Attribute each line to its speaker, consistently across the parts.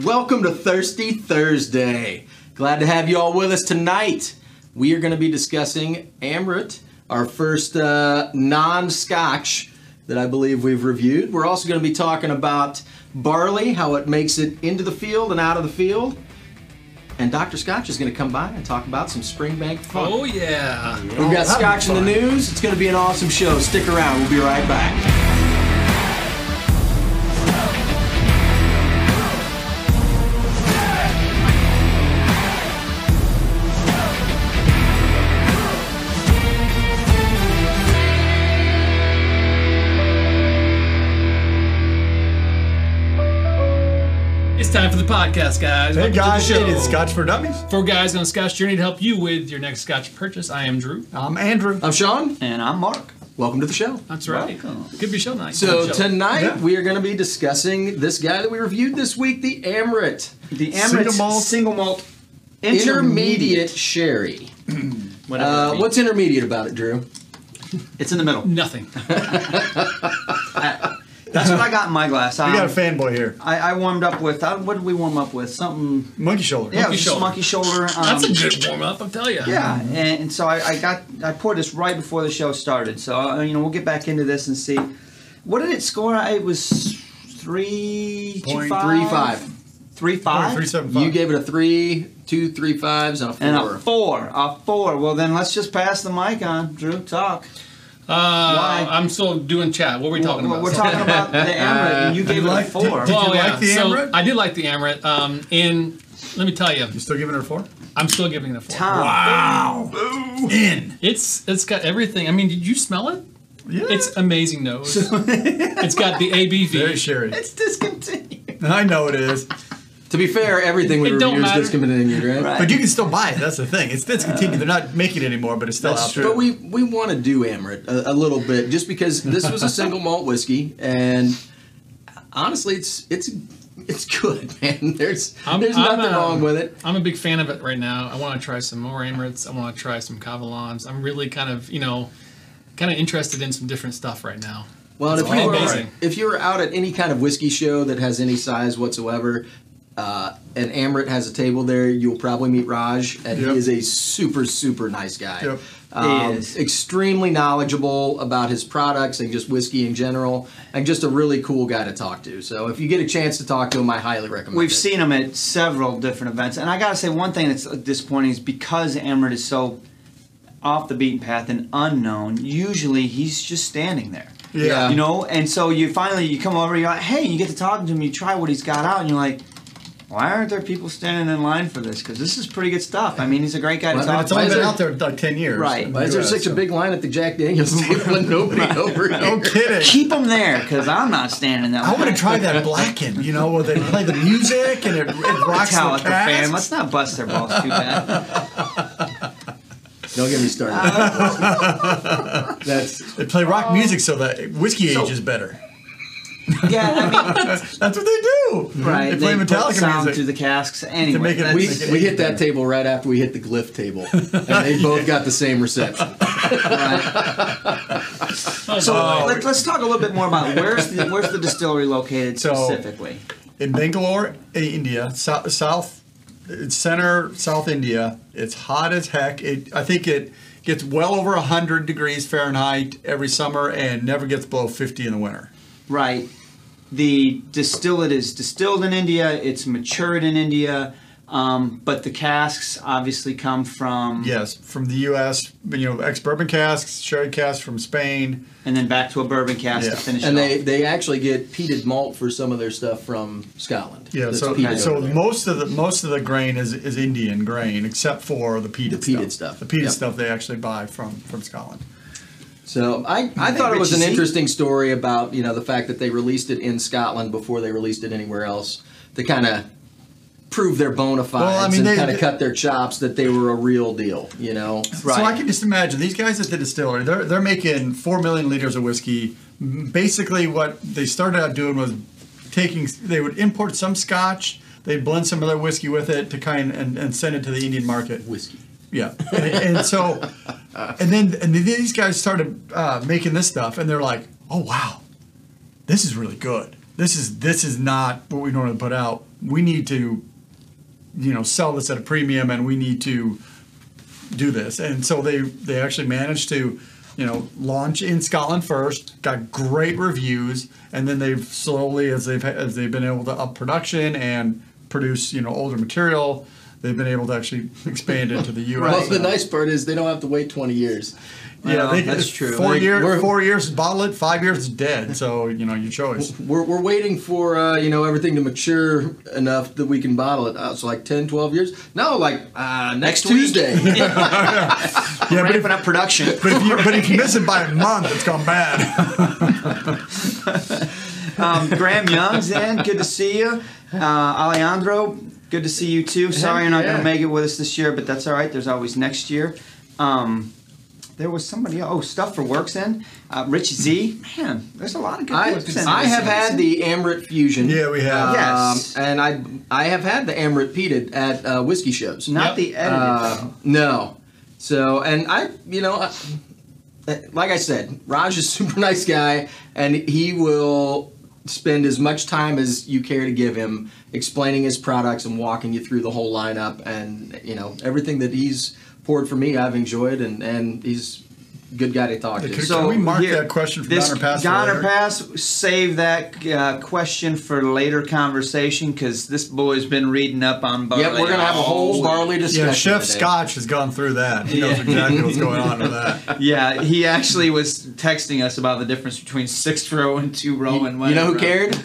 Speaker 1: Welcome to Thirsty Thursday. Glad to have you all with us tonight. We are going to be discussing Amrit, our first uh, non scotch that I believe we've reviewed. We're also going to be talking about barley, how it makes it into the field and out of the field. And Dr. Scotch is going to come by and talk about some Springbank fun.
Speaker 2: Oh yeah. Oh,
Speaker 1: We've got Scotch in the news. It's going to be an awesome show. Stick around. We'll be right back.
Speaker 2: It's time for the podcast, guys. Welcome to
Speaker 3: Hey
Speaker 2: the
Speaker 3: guys,
Speaker 2: show.
Speaker 3: it is Scotch for Dummies.
Speaker 2: Four guys on a Scotch journey to help you with your next Scotch purchase. I am Drew.
Speaker 3: I'm Andrew.
Speaker 1: I'm Sean.
Speaker 4: And I'm Mark.
Speaker 1: Welcome to the show.
Speaker 2: That's right. Could be show night.
Speaker 1: So
Speaker 2: Show.
Speaker 1: tonight
Speaker 3: Yeah.
Speaker 1: we are going to be discussing this guy that we reviewed this week, the Amaret
Speaker 4: The
Speaker 3: Single
Speaker 4: Amaret's
Speaker 3: malt.
Speaker 4: single malt
Speaker 1: Intermediate Sherry.
Speaker 4: Whatever that
Speaker 1: Uh,
Speaker 4: means.
Speaker 1: what's intermediate about it, Drew?
Speaker 4: it's in the middle.
Speaker 2: nothing.
Speaker 4: That's what I got in my glass.
Speaker 3: We
Speaker 4: I,
Speaker 3: got a fanboy here.
Speaker 4: I, I warmed up with. I, what did we warm up with? Something.
Speaker 3: Monkey shoulder.
Speaker 4: Yeah, it was
Speaker 2: shoulder.
Speaker 4: just monkey shoulder. Um,
Speaker 2: That's a good warm up. I'll tell you.
Speaker 4: Yeah, and, and so I, I got. I poured this right before the show started. So uh, you know we'll get back into this and see. What did it score? It was three two
Speaker 3: Point
Speaker 1: Three five.
Speaker 4: Three five?
Speaker 3: Three seven five.
Speaker 1: You gave it a three, two, three fives, and a four.
Speaker 4: And a four, a four. Well, then let's just pass the mic on. Drew, talk.
Speaker 2: Uh, I'm still doing chat. What were we talking
Speaker 4: We're-
Speaker 2: about?
Speaker 4: We're talking about the Amaret, and you gave it a
Speaker 3: like-
Speaker 4: four.
Speaker 3: Did you
Speaker 2: Oh, yeah.
Speaker 3: like the
Speaker 2: so
Speaker 3: Amaret?
Speaker 2: I did like the Amaret. Um, and let me tell you,
Speaker 3: You still giving her a four?
Speaker 2: I'm still giving it a four.
Speaker 4: Tom.
Speaker 3: Wow. In.
Speaker 2: It's it's got everything. I mean, did you smell it?
Speaker 3: Yeah.
Speaker 2: It's amazing nose. it's got the ABV.
Speaker 3: very sherry.
Speaker 4: It's discontinued.
Speaker 3: I know it is,
Speaker 1: To be fair, everything we
Speaker 2: It don't
Speaker 1: reviewed is
Speaker 2: matter.
Speaker 1: discontinued, right?
Speaker 4: Right.
Speaker 3: but you can still buy it. That's the thing. It's discontinued. They're not making it anymore, but it's still
Speaker 4: Uh, That's
Speaker 3: out
Speaker 4: true.
Speaker 3: there.
Speaker 1: But we we want to do Amaret a, a little bit, just because this was a single malt whiskey, and honestly, it's it's it's good, man. There's
Speaker 2: I'm-
Speaker 1: there's
Speaker 2: I'm,
Speaker 1: nothing
Speaker 2: uh,
Speaker 1: wrong with it.
Speaker 2: I'm a big fan of it right now. I want to try some more Emirates. I want to try some Cavalons. I'm really kind of, you know, kind of interested in some different stuff right now.
Speaker 1: Well, and if
Speaker 2: It's
Speaker 1: you,
Speaker 2: all
Speaker 1: were,
Speaker 2: amazing.
Speaker 1: if you were out at any kind of whiskey show that has any size whatsoever, uh, and Amrit has a table there, you'll probably meet Raj, and
Speaker 3: Yep.
Speaker 1: he is a super, super nice guy.
Speaker 3: Yep.
Speaker 1: Um,
Speaker 4: He is.
Speaker 1: Extremely knowledgeable about his products and just whiskey in general, and just a really cool guy to talk to. So if you get a chance to talk to him, I highly recommend
Speaker 4: We've
Speaker 1: it.
Speaker 4: seen them at several different events, and I gotta say one thing that's disappointing is because Emmerich is so off the beaten path and unknown. Usually, he's just standing there.
Speaker 3: yeah.
Speaker 4: You know, and so you finally you come over, you're like, hey, you get to talking to him, you try what he's got out, and you're like, why aren't there people standing in line for this? Because this is pretty good stuff. I mean, he's a great guy to
Speaker 1: Well,
Speaker 4: talk
Speaker 3: It's only
Speaker 1: Why
Speaker 4: to.
Speaker 1: is
Speaker 3: been
Speaker 1: there-
Speaker 3: out there like ten years.
Speaker 4: Right.
Speaker 3: in the
Speaker 1: Why is there
Speaker 3: US,
Speaker 1: such a
Speaker 3: so-
Speaker 1: big line at the Jack Daniels table and nobody over here?
Speaker 3: No kidding.
Speaker 4: Keep him there, because I'm not standing in that.
Speaker 3: I
Speaker 4: line.
Speaker 3: want to try that Blacken. You know, where they play the music and it, it rocks the
Speaker 4: towel at the fan.
Speaker 3: cask.
Speaker 4: Let's not bust their balls too bad.
Speaker 1: Don't get me started. That's
Speaker 3: They play rock music so that whiskey
Speaker 4: Oh. So-
Speaker 3: ages better.
Speaker 4: yeah, I mean,
Speaker 3: That's what they do.
Speaker 4: Right.
Speaker 3: They play
Speaker 4: put
Speaker 3: Hmm? Metallica
Speaker 4: sound
Speaker 3: music.
Speaker 4: through the casks anyway.
Speaker 3: make it-
Speaker 1: We,
Speaker 4: that's-
Speaker 3: It's like
Speaker 1: we
Speaker 3: an
Speaker 1: hit that table right after we hit the glyph table, and they both got the same reception.
Speaker 3: Oh,
Speaker 4: so let, us talk a little bit more about where's the where's the distillery located
Speaker 3: So-
Speaker 4: specifically.
Speaker 3: in Bangalore, I- India, south, south it's center South India. It's hot as heck. It, I think it gets well over 100 degrees Fahrenheit every summer and never gets below 50 in the winter.
Speaker 4: Right. The distillate is distilled in India. It's matured in India. Um, but the casks obviously come from
Speaker 3: Yes, from the U.S., you know, ex-bourbon casks, sherry casks from Spain.
Speaker 4: and then back to a bourbon cask
Speaker 3: Yeah.
Speaker 4: to finish
Speaker 1: And
Speaker 4: it
Speaker 1: they,
Speaker 4: off.
Speaker 1: they actually get peated malt for some of their stuff from Scotland.
Speaker 3: Yeah,
Speaker 1: That's
Speaker 3: so
Speaker 1: peated
Speaker 3: so
Speaker 1: over there.
Speaker 3: most of the most of the grain is, is Indian grain, except for the peated,
Speaker 1: The peated stuff,
Speaker 3: The peated
Speaker 1: yep.
Speaker 3: stuff they actually buy from from Scotland.
Speaker 1: So I, I
Speaker 4: Hey,
Speaker 1: thought it was an
Speaker 4: Richie Z.
Speaker 1: interesting story about you know the fact that they released it in Scotland before they released it anywhere else to kind of prove their bona fides
Speaker 3: Well, I mean,
Speaker 1: and
Speaker 3: they-
Speaker 1: kind of cut their chops that they were a real deal. You know,
Speaker 3: So I
Speaker 4: Right.
Speaker 3: can just imagine these guys at the distillery. They're they're making four million liters of whiskey. M- Basically, what they started out doing was taking. They would import some Scotch. They'd blend some other whiskey with it to kind and, and send it to the Indian market.
Speaker 1: whiskey.
Speaker 3: Yeah, and, and so, and then and then these guys started uh, making this stuff, and they're like, "Oh wow, this is really good. This is this is not what we normally put out. we need to, you know, sell this at a premium, and we need to do this. And so they they actually managed to, you know, launch in Scotland first, got great reviews, and then they've slowly as they've as they've been able to up production and produce you know older material, they've been able to actually expand into the U.S.
Speaker 1: Well, the nice part is they don't have to wait 20 years.
Speaker 3: yeah,
Speaker 4: Well,
Speaker 3: they,
Speaker 4: that's true.
Speaker 3: Four
Speaker 4: They-
Speaker 1: we're-
Speaker 3: years, four years bottle it, five years dead. So you know your choice.
Speaker 1: We're, we're waiting for uh, you know everything to mature enough that we can bottle it. Uh, so like 10, 12 years? No, like uh, next,
Speaker 4: Next week.
Speaker 1: Tuesday.
Speaker 3: Yeah, but if,
Speaker 4: Ramping up production.
Speaker 3: but if you but if you miss it by a month, it's gone bad.
Speaker 4: um, Graham Youngs, in, good to see you. Uh, Alejandro, good to see you too. Sorry you're not going
Speaker 1: Yeah.
Speaker 4: to make it with us this year, but that's all right. There's always next year. Um, there was somebody. Oh, stuff for works in. Uh, Rich Z. Man, there's a lot of good.
Speaker 1: I,
Speaker 4: works in
Speaker 1: I
Speaker 4: this
Speaker 1: have had
Speaker 4: season.
Speaker 1: the Amrit Fusion.
Speaker 3: Yeah, we have.
Speaker 1: Um,
Speaker 4: Yes.
Speaker 1: And I I have had the Amrit peated at uh, whiskey shows.
Speaker 4: not
Speaker 2: Yep.
Speaker 4: the edited.
Speaker 1: Uh,
Speaker 4: though.
Speaker 1: no. So, and I, you know, I, like I said, Raj is a super nice guy, and he will spend as much time as you care to give him explaining his products and walking you through the whole lineup. And, you know, everything that he's poured for me, I've enjoyed, and, and he's a good guy to talk to.
Speaker 3: Can-
Speaker 1: So,
Speaker 3: can we mark
Speaker 4: here,
Speaker 3: that question for
Speaker 4: this
Speaker 3: Donner Pass for
Speaker 4: Donner
Speaker 3: later?
Speaker 4: Pass, save that uh, question for later conversation because this boy's been reading up on barley.
Speaker 1: yeah, we're going to have a
Speaker 4: all
Speaker 1: whole
Speaker 4: week.
Speaker 1: barley discussion.
Speaker 3: Yeah, Chef
Speaker 1: today.
Speaker 3: Scotch has gone through that. He knows
Speaker 4: Yeah.
Speaker 3: exactly what's going on with that.
Speaker 4: Yeah, he actually was texting us about the difference between six row and two row and
Speaker 1: You know who cared?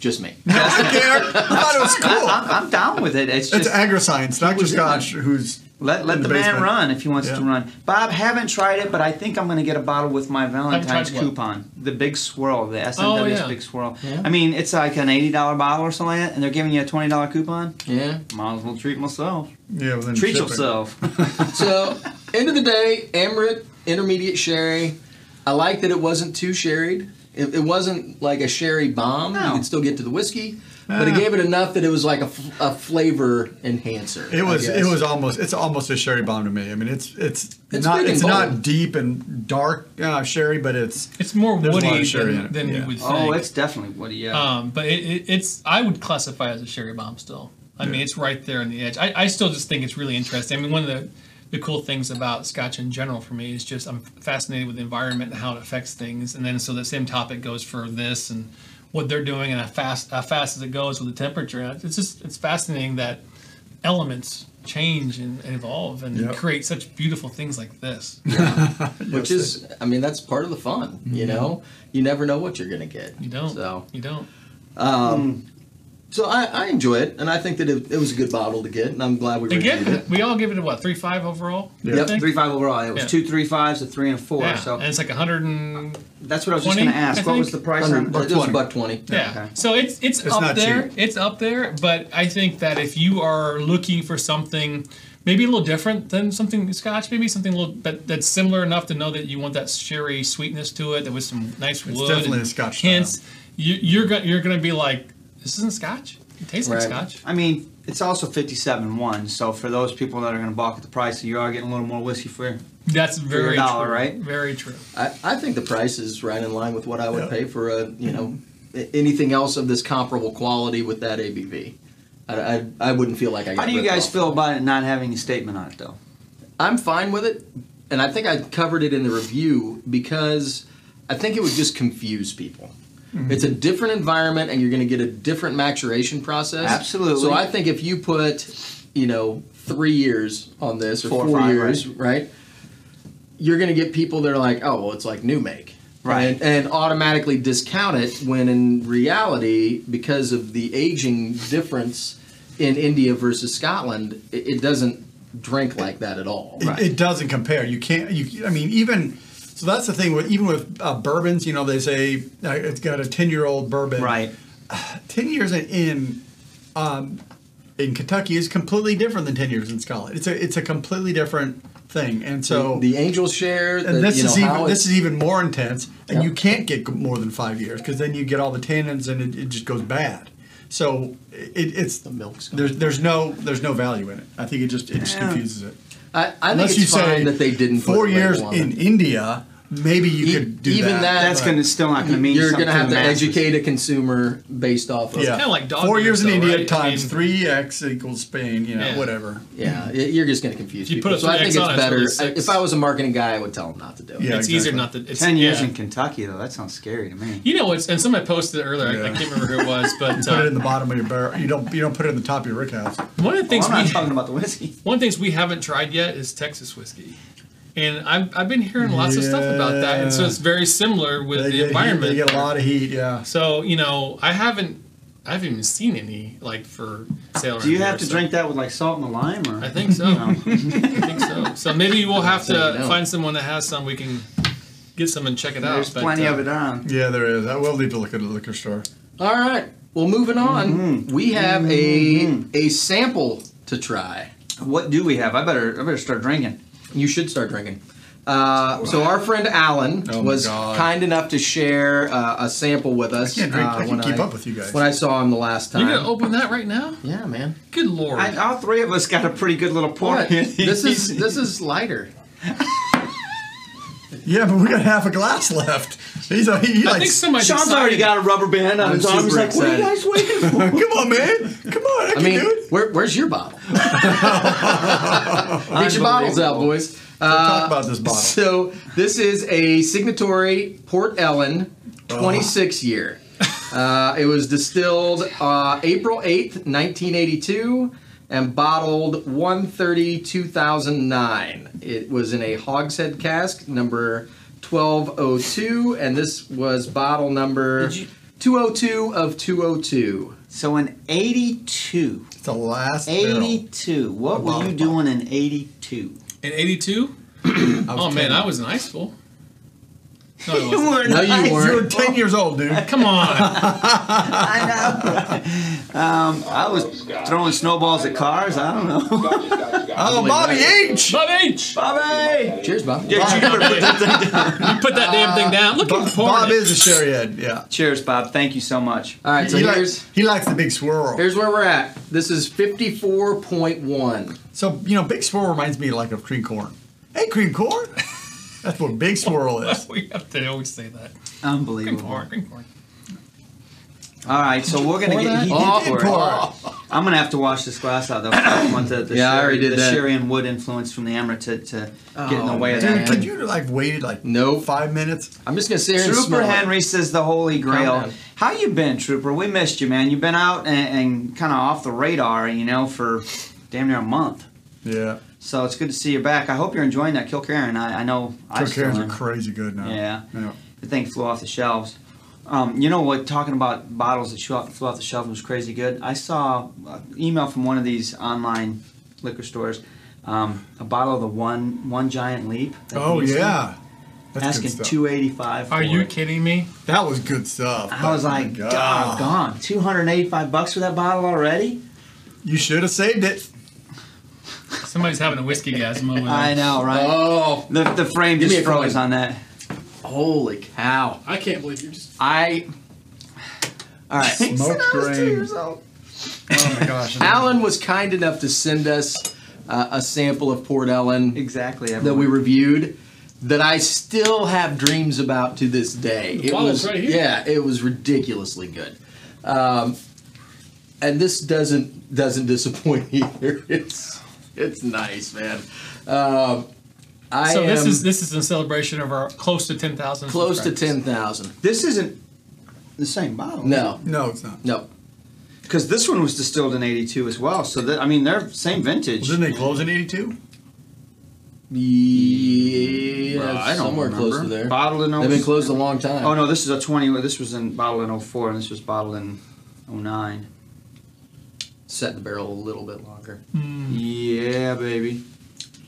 Speaker 1: Just me.
Speaker 3: I don't care. I thought it was cool.
Speaker 4: I'm, I'm down with it. It's
Speaker 3: It's
Speaker 4: just
Speaker 3: agri-science, not just
Speaker 4: in there.
Speaker 3: Scotch. Who's
Speaker 4: let, let
Speaker 3: in
Speaker 4: the,
Speaker 3: the
Speaker 4: man
Speaker 3: basement.
Speaker 4: run if he wants
Speaker 3: Yeah.
Speaker 4: to run. Bob, haven't tried it, but I think I'm going to get a bottle with my Valentine's
Speaker 2: tried what? Oh,
Speaker 4: coupon. The Big Swirl, the SMW's
Speaker 2: yeah.
Speaker 4: Big Swirl.
Speaker 1: Yeah.
Speaker 4: I mean, it's like an $80 bottle or something like that, and they're giving you a $20 coupon.
Speaker 1: Yeah.
Speaker 4: Might as well treat myself.
Speaker 3: yeah, within
Speaker 4: Treat
Speaker 3: shipping.
Speaker 4: yourself. Oh,
Speaker 1: So, end of the day, Amaret, intermediate sherry. I like that it wasn't too sherried. It, it wasn't like a sherry bomb. You
Speaker 4: No.
Speaker 1: could still get to the whiskey, but it gave it enough that it was like a, f- a flavor enhancer.
Speaker 3: It
Speaker 1: I
Speaker 3: was. It
Speaker 1: guess.
Speaker 3: was almost. It's almost a sherry bomb to me. I mean, it's it's,
Speaker 1: It's
Speaker 3: not
Speaker 1: big and
Speaker 3: it's
Speaker 1: bold.
Speaker 3: not deep and dark uh, sherry, but it's
Speaker 2: It's more
Speaker 3: There's a lot of
Speaker 2: woody
Speaker 3: sherry in
Speaker 2: than,
Speaker 3: it,
Speaker 2: than
Speaker 3: yeah.
Speaker 2: you would think.
Speaker 4: oh, it's definitely Woody. Yeah.
Speaker 2: Um, but it, it, it's I would classify it as a sherry bomb still. I mean, it's right there on the edge. I, I still just think it's really interesting. I mean, one of the the cool things about Scotch in general for me is just I'm fascinated with the environment and how it affects things. And then so the same topic goes for this and what they're doing and how fast how fast as it goes with the temperature. And It's just it's fascinating that elements change and evolve and
Speaker 3: Yep.
Speaker 2: create such beautiful things like this.
Speaker 1: which is, I mean, that's part of the fun. You
Speaker 3: Mm-hmm.
Speaker 1: know, you never know what you're gonna get.
Speaker 2: You don't.
Speaker 1: So,
Speaker 2: You don't.
Speaker 1: so I, I enjoy it, and I think that it, it was a good bottle to get, and I'm glad we reviewed
Speaker 2: Again,
Speaker 1: it.
Speaker 2: we all give it a what three five overall.
Speaker 3: Yeah.
Speaker 1: Yep,
Speaker 2: I think?
Speaker 4: Three five overall. It was
Speaker 2: Yeah.
Speaker 4: two three fives, a three and a four.
Speaker 2: Yeah,
Speaker 4: So
Speaker 2: and it's like a hundred and
Speaker 4: that's what I was just
Speaker 2: 20,
Speaker 4: going to ask.
Speaker 2: I
Speaker 4: What was the
Speaker 2: think.
Speaker 4: price on?
Speaker 1: Hundred- it was
Speaker 3: $120.
Speaker 1: buck twenty.
Speaker 2: Yeah.
Speaker 4: Okay.
Speaker 2: So it's it's,
Speaker 3: It's
Speaker 2: up
Speaker 3: not
Speaker 2: there.
Speaker 3: cheap.
Speaker 2: It's up there, but I think that if you are looking for something maybe a little different than something Scotch, maybe something a little but that's similar enough to know that you want that sherry sweetness to it, that with some nice wood.
Speaker 3: definitely
Speaker 2: and
Speaker 3: a Scotch style.
Speaker 2: Hints. You, you're go- you're gonna be like, this isn't Scotch. It tastes
Speaker 1: Right.
Speaker 2: like Scotch.
Speaker 4: I mean, it's also fifty-seven one. So for those people that are going to balk at the price, you are getting a little more whiskey for. your-
Speaker 2: That's
Speaker 4: your
Speaker 2: very
Speaker 4: dollar,
Speaker 2: true.
Speaker 4: right?
Speaker 2: Very true.
Speaker 1: I, I think the price is right in line with what I would
Speaker 3: Yeah.
Speaker 1: pay for a you know a- anything else of this comparable quality with that ABV. I, I, I wouldn't feel like I. Got
Speaker 4: How do you
Speaker 1: ripped
Speaker 4: guys
Speaker 1: off.
Speaker 4: feel about it not having a statement on it though?
Speaker 1: I'm fine with it, and I think I covered it in the review because I think it would just confuse people.
Speaker 4: Mm-hmm.
Speaker 1: It's a different environment, and you're going to get a different maturation process.
Speaker 4: Absolutely.
Speaker 1: So I think if you put, you know, three years on this or
Speaker 4: Four
Speaker 1: four,
Speaker 4: or five,
Speaker 1: years, right? you're going to get people that are like, oh, well, it's like new make.
Speaker 4: Right.
Speaker 1: And, and automatically discount it when in reality, because of the aging difference in India versus Scotland, it, it doesn't drink like that at all.
Speaker 3: It, it doesn't compare. You can't. You. I mean, even so. That's the thing with even with uh, bourbons. You know, they say uh, it's got a ten-year-old bourbon. Ten years in- in. Um, in Kentucky is completely different than ten years in Scotland. It's a it's a completely different thing, and so
Speaker 1: the angel share, the,
Speaker 3: and this
Speaker 1: you know,
Speaker 3: is
Speaker 1: how
Speaker 3: even
Speaker 1: it-
Speaker 3: this is even more intense, and
Speaker 1: Yeah.
Speaker 3: you can't get more than five years because then you get all the tannins and it, it just goes bad. So it, it's the
Speaker 1: milk's gone.
Speaker 3: There's there's no there's no value in it. I think it just it just
Speaker 4: Yeah.
Speaker 3: confuses it.
Speaker 1: I, I think
Speaker 3: Unless
Speaker 1: it's
Speaker 3: you
Speaker 1: fine
Speaker 3: say
Speaker 1: that they didn't put
Speaker 3: four
Speaker 1: a label
Speaker 3: years
Speaker 1: on
Speaker 3: in
Speaker 1: it.
Speaker 3: India. maybe you
Speaker 1: E-
Speaker 3: could do
Speaker 1: even
Speaker 3: that.
Speaker 1: that-
Speaker 4: That's
Speaker 1: Right.
Speaker 4: going to still not going to mean
Speaker 1: You're
Speaker 4: going
Speaker 1: gonna have to educate a consumer based off of
Speaker 3: Yeah.
Speaker 2: kinda like dog
Speaker 3: Four
Speaker 2: years,
Speaker 3: years in
Speaker 2: though,
Speaker 3: India
Speaker 2: right? I
Speaker 3: times
Speaker 2: mean-
Speaker 3: three x equals Spain. You know,
Speaker 2: Yeah.
Speaker 3: whatever.
Speaker 1: Yeah, y- you're just going to confuse
Speaker 2: You
Speaker 1: people.
Speaker 2: put a
Speaker 1: so I
Speaker 2: 3X
Speaker 1: think
Speaker 2: on
Speaker 1: it's
Speaker 2: it, it's
Speaker 1: better.
Speaker 2: really
Speaker 1: I-
Speaker 2: six.
Speaker 1: if I was a marketing guy, I would tell them not to do it.
Speaker 3: Yeah.
Speaker 2: it's easier
Speaker 3: exactly.
Speaker 2: not to. It's,
Speaker 4: Ten years
Speaker 2: yeah.
Speaker 4: in Kentucky though, that sounds scary to me.
Speaker 2: You know, it's and somebody posted it earlier. I, I
Speaker 3: Yeah.
Speaker 2: can't remember who it was, but
Speaker 3: Put it in
Speaker 2: uh,
Speaker 3: the bottom of your barrel. You don't. You don't put it in the top of your rick house.
Speaker 2: one of the things
Speaker 4: Well, Oh, I'm
Speaker 2: we
Speaker 4: not talking about the whiskey.
Speaker 2: one of the things we haven't tried yet is Texas whiskey, and I've I've been hearing lots of stuff about that, and so
Speaker 3: Yeah.
Speaker 2: it's very similar with
Speaker 3: They
Speaker 2: the
Speaker 3: get heat-
Speaker 2: environment.
Speaker 3: They get a lot of heat. Yeah.
Speaker 2: So you know, I haven't I haven't even seen any like for sale.
Speaker 4: Do you
Speaker 2: around
Speaker 4: have to
Speaker 2: here, so-
Speaker 4: drink that with like salt and a lime, or
Speaker 2: I think so. I
Speaker 4: No.
Speaker 2: think so. So maybe we'll have
Speaker 1: So
Speaker 2: to
Speaker 1: you know.
Speaker 2: find someone that has some. We can get some and check it out.
Speaker 4: there's
Speaker 2: but,
Speaker 4: plenty
Speaker 2: uh,
Speaker 4: of it on.
Speaker 3: Yeah, there is. Uh, I will leave a look at the liquor store.
Speaker 1: All right. Well, moving on,
Speaker 4: Mm-hmm.
Speaker 1: we have a a sample to try.
Speaker 4: What do we have? I better I better start drinking.
Speaker 1: You should start drinking. Uh, so our friend Alan
Speaker 3: Oh my
Speaker 1: was
Speaker 3: God.
Speaker 1: kind enough to share uh, a sample with us.
Speaker 3: can't drink- I
Speaker 1: uh,
Speaker 3: can't
Speaker 1: when
Speaker 3: keep up with you guys.
Speaker 1: When I saw him the last time.
Speaker 2: You're gonna open that right now?
Speaker 1: yeah, man.
Speaker 2: Good lord!
Speaker 4: I, all three of us got a pretty good little pour.
Speaker 1: What?
Speaker 4: here.
Speaker 1: this is this is lighter.
Speaker 3: Yeah, but we got half a glass left. He's a, he, he
Speaker 2: I
Speaker 3: likes.
Speaker 2: think somebody.
Speaker 4: Sean's already got a rubber band on
Speaker 1: I'm
Speaker 4: his arm. He's
Speaker 1: super
Speaker 4: like, "What are you
Speaker 1: excited."
Speaker 4: guys waiting for?"
Speaker 3: Come on, man. Come on, I,
Speaker 1: I
Speaker 3: can
Speaker 1: mean,
Speaker 3: do it.
Speaker 1: where, where's your bottle? Get your bottles out, boys.
Speaker 3: Don't
Speaker 1: uh,
Speaker 3: talk about this bottle.
Speaker 1: So this is a signatory Port Ellen,
Speaker 4: Oh.
Speaker 1: 26 year. Uh, it was distilled uh, April 8th, 1982, and bottled 130 2009. It was in a hogshead cask, number 1202, and this was bottle number
Speaker 4: Did you-
Speaker 1: 202 of 202.
Speaker 4: So in '82,
Speaker 3: It's the last barrel.
Speaker 4: '82, what
Speaker 3: Bottle,
Speaker 4: were you
Speaker 3: bottle.
Speaker 4: doing in '82?
Speaker 2: in '82. Oh man, I was in high school. No, I wasn't.
Speaker 4: You were
Speaker 1: No, you
Speaker 4: nice.
Speaker 1: weren't.
Speaker 3: You were ten years old, dude.
Speaker 2: Come on.
Speaker 4: I know. Um, I was throwing snowballs at cars. I don't know.
Speaker 3: Oh, Bobby H.
Speaker 2: Bob H.
Speaker 4: Bobby,
Speaker 1: Cheers, Bob.
Speaker 4: get you
Speaker 2: Bob H. you put that damn thing down. Look at
Speaker 3: Bob
Speaker 2: porn.
Speaker 3: is a sherry head. Yeah.
Speaker 4: Cheers, Bob. Thank you so much.
Speaker 1: All right, so
Speaker 3: he,
Speaker 1: here's.
Speaker 3: likes, he likes the big swirl.
Speaker 1: Here's where we're at. This is 54.1.
Speaker 3: So you know, big swirl reminds me like of cream corn. Hey, cream corn. That's what big swirl is.
Speaker 2: We have to always say that. Green
Speaker 4: Unbelievable.
Speaker 2: porn. Green porn.
Speaker 4: All right, so we're gonna
Speaker 3: Pour
Speaker 4: get.
Speaker 3: that?
Speaker 4: He did
Speaker 1: Oh,
Speaker 4: pour it. I'm gonna have to wash this glass out though. I want the, the
Speaker 1: Yeah, I
Speaker 4: sherry,
Speaker 1: already did
Speaker 4: the
Speaker 1: that.
Speaker 4: sherry and wood influence from the amaret to, to get in the
Speaker 1: Oh,
Speaker 4: way of
Speaker 3: Dude,
Speaker 1: man.
Speaker 4: that.
Speaker 3: could you like waited like
Speaker 1: Nope.
Speaker 3: five minutes?
Speaker 1: I'm just gonna sit here and
Speaker 4: Trooper
Speaker 1: smell it.
Speaker 4: Henry says the Holy Grail.
Speaker 1: down.
Speaker 4: How you been, Trooper? We missed you, man. You've been out and, and kind of off the radar, you know, for damn near a month.
Speaker 3: Yeah,
Speaker 4: So it's good to see you back. I hope you're enjoying that Kilcairn. I, I know I
Speaker 3: Took
Speaker 4: still
Speaker 3: care
Speaker 4: am.
Speaker 3: are crazy good now.
Speaker 4: Yeah.
Speaker 3: yeah.
Speaker 4: The thing flew off the shelves. Um, you know what? Talking about bottles that shot- flew off the shelf was crazy good. I saw an email from one of these online liquor stores. Um, a bottle of the one one giant leap. that
Speaker 3: Oh
Speaker 4: we used to-
Speaker 3: yeah, that's good
Speaker 4: asking
Speaker 3: stuff.
Speaker 4: two eighty five.
Speaker 2: Are you kidding me?
Speaker 3: That was good stuff.
Speaker 4: I was
Speaker 3: Oh, my
Speaker 4: like,
Speaker 3: God.
Speaker 4: God, gone. Two hundred eighty five bucks for that bottle already.
Speaker 3: you should have saved it.
Speaker 2: Somebody's having a whiskey gasm over there.
Speaker 4: I know, right?
Speaker 1: Oh,
Speaker 4: the the frame
Speaker 1: Give me
Speaker 4: just
Speaker 1: a coin.
Speaker 4: froze on that.
Speaker 1: holy cow!
Speaker 2: I can't believe you're just.
Speaker 1: I
Speaker 4: All right.
Speaker 3: Smoked grain.
Speaker 4: old.
Speaker 3: Oh my gosh.
Speaker 1: Alan was kind enough to send us uh, a sample of Port Ellen
Speaker 4: Exactly.
Speaker 1: that
Speaker 4: everyone.
Speaker 1: we reviewed that I still have dreams about to this day. It
Speaker 2: bottle's
Speaker 1: was
Speaker 2: right here.
Speaker 1: yeah, it was ridiculously good. Um, and this doesn't doesn't disappoint either. It's it's nice, man. Um, I
Speaker 2: So this
Speaker 1: am
Speaker 2: is this is in celebration of our close to ten thousand.
Speaker 1: close to ten thousand.
Speaker 4: This isn't the same bottle. is it?
Speaker 1: No,
Speaker 3: No, it's not.
Speaker 1: no.
Speaker 4: Because this one was distilled in '82 as well, so that, I mean they're same vintage.
Speaker 3: Didn't they close in '82?
Speaker 1: Yeah,
Speaker 4: Well, I don't
Speaker 1: uh, somewhere
Speaker 4: remember.
Speaker 1: close to there.
Speaker 4: Bottled in
Speaker 1: They've been
Speaker 4: 06.
Speaker 1: closed a long time.
Speaker 4: Oh no, this is a 20. This was in bottled in 04, and this was bottled in 09.
Speaker 1: Set the barrel a little bit longer. Hmm.
Speaker 4: Yeah, baby.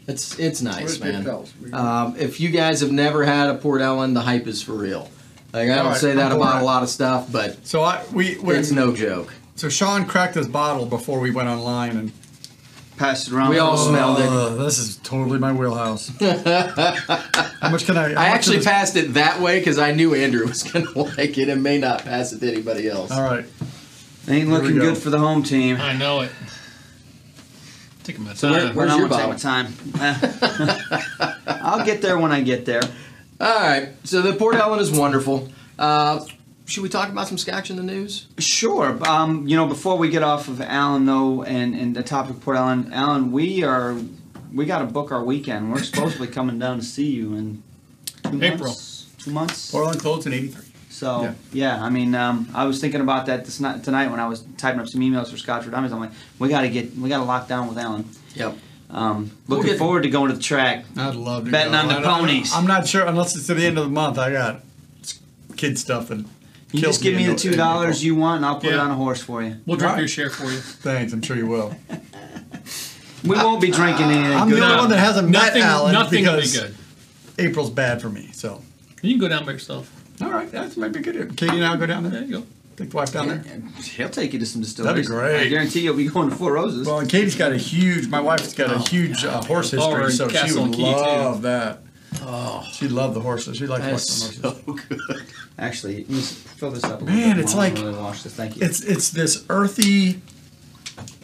Speaker 1: It's it's nice,
Speaker 3: Where's Big
Speaker 1: man.
Speaker 3: Pals? We-
Speaker 1: Um, if you guys have never had a Port Ellen, the hype is for real. Like I don't
Speaker 3: Alright,
Speaker 1: say that
Speaker 3: I'm
Speaker 1: about
Speaker 3: going.
Speaker 1: a lot of stuff, but
Speaker 3: So I we when,
Speaker 1: it's no joke.
Speaker 3: so Sean cracked this bottle before we went online and
Speaker 4: Passed it around.
Speaker 1: We all smell- Smelled it.
Speaker 3: Uh, This is totally my wheelhouse. how much can I? how
Speaker 1: I
Speaker 3: much
Speaker 1: actually
Speaker 3: of this-
Speaker 1: passed it that way because I knew Andrew was gonna like it and may not pass it to anybody else.
Speaker 3: All right.
Speaker 4: Ain't
Speaker 3: Here we
Speaker 4: looking
Speaker 3: go.
Speaker 4: good for the home team.
Speaker 2: I know it. Taking my time.
Speaker 1: So where- where- Where's
Speaker 4: I
Speaker 1: your
Speaker 4: won't take my time. Eh. I'll get there when I get there.
Speaker 1: All right. So the Port Ellen is wonderful. Uh, should we talk about some Scotch in the news?
Speaker 4: Sure. Um, you know, before we get off of Alan though, and, and the topic of Port Allen, Alan, we are we got to book our weekend. We're supposedly coming down to see you in two
Speaker 2: April.
Speaker 4: months. Two months.
Speaker 3: Portland closed in '83.
Speaker 4: So
Speaker 3: Yeah.
Speaker 4: yeah, I mean, um, I was thinking about that this night, tonight when I was typing up some emails for Scotch for Dummies. I'm like, we got to get we got to lock down with Alan.
Speaker 1: Yep.
Speaker 4: Um,
Speaker 1: We'll
Speaker 4: looking
Speaker 1: get-
Speaker 4: forward to going to the track.
Speaker 3: I'd love to
Speaker 4: Betting
Speaker 3: go.
Speaker 4: on the
Speaker 3: I don't-
Speaker 4: ponies.
Speaker 3: I'm not sure unless it's at the end of the month. I got kid stuff and
Speaker 4: You
Speaker 3: kills
Speaker 4: just give me
Speaker 3: in
Speaker 4: the
Speaker 3: in
Speaker 4: two dollars
Speaker 3: April.
Speaker 4: you want, and I'll put it
Speaker 2: Yeah.
Speaker 4: on a horse for you.
Speaker 2: We'll drink
Speaker 3: Right.
Speaker 2: your share for you.
Speaker 3: Thanks, I'm sure you will.
Speaker 4: We won't be drinking anything.
Speaker 3: I'm the
Speaker 4: good.
Speaker 3: only one that hasn't met
Speaker 2: Nothing,
Speaker 3: Alan
Speaker 2: nothing will be
Speaker 3: because
Speaker 2: good.
Speaker 3: April's bad for me. So
Speaker 2: You can go down by yourself.
Speaker 3: all right, that might be good. Katie and I'll go down
Speaker 2: There
Speaker 3: there.
Speaker 2: you go.
Speaker 3: Take the wife down there.
Speaker 4: He'll take you to some distilleries.
Speaker 3: great.
Speaker 4: I guarantee you'll be going to Four Roses.
Speaker 3: Well, and Katie's got a huge. My wife's got a huge uh, horse
Speaker 2: Or
Speaker 3: history,
Speaker 2: in
Speaker 3: so she
Speaker 2: Castle
Speaker 3: would
Speaker 2: Key, too.
Speaker 3: love that. Oh, she'd love the horses. She likes watching
Speaker 1: That's
Speaker 3: horses.
Speaker 1: so good.
Speaker 4: Actually, let me s- fill this up. A little
Speaker 3: Man,
Speaker 4: bit
Speaker 3: it's
Speaker 4: more. I'm
Speaker 3: like-
Speaker 4: gonna wash this. Thank you.
Speaker 3: It's it's this earthy,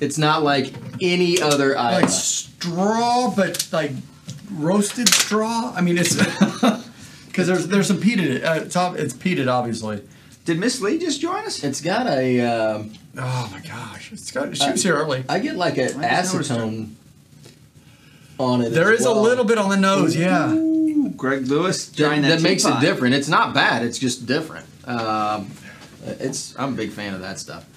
Speaker 1: It's not like any other
Speaker 3: like
Speaker 1: Iowa.
Speaker 3: straw, but like roasted straw. I mean, it's because there's there's some peat in it. Uh, it's ob- it's peated, obviously.
Speaker 4: Did Miss Lee just join us?
Speaker 1: It's got a. Um,
Speaker 3: Oh my gosh, it's got. She was here early.
Speaker 1: I get like an
Speaker 4: I just noticed
Speaker 1: acetone on it.
Speaker 3: There
Speaker 1: as
Speaker 3: is a
Speaker 1: well.
Speaker 3: little bit on the nose. Yeah,
Speaker 4: Ooh, Uh, Greg Lewis
Speaker 1: that,
Speaker 4: trying that.
Speaker 1: that makes it
Speaker 4: teapot.
Speaker 1: different. It's not bad. It's just different. Um, it's I'm a big fan of that stuff.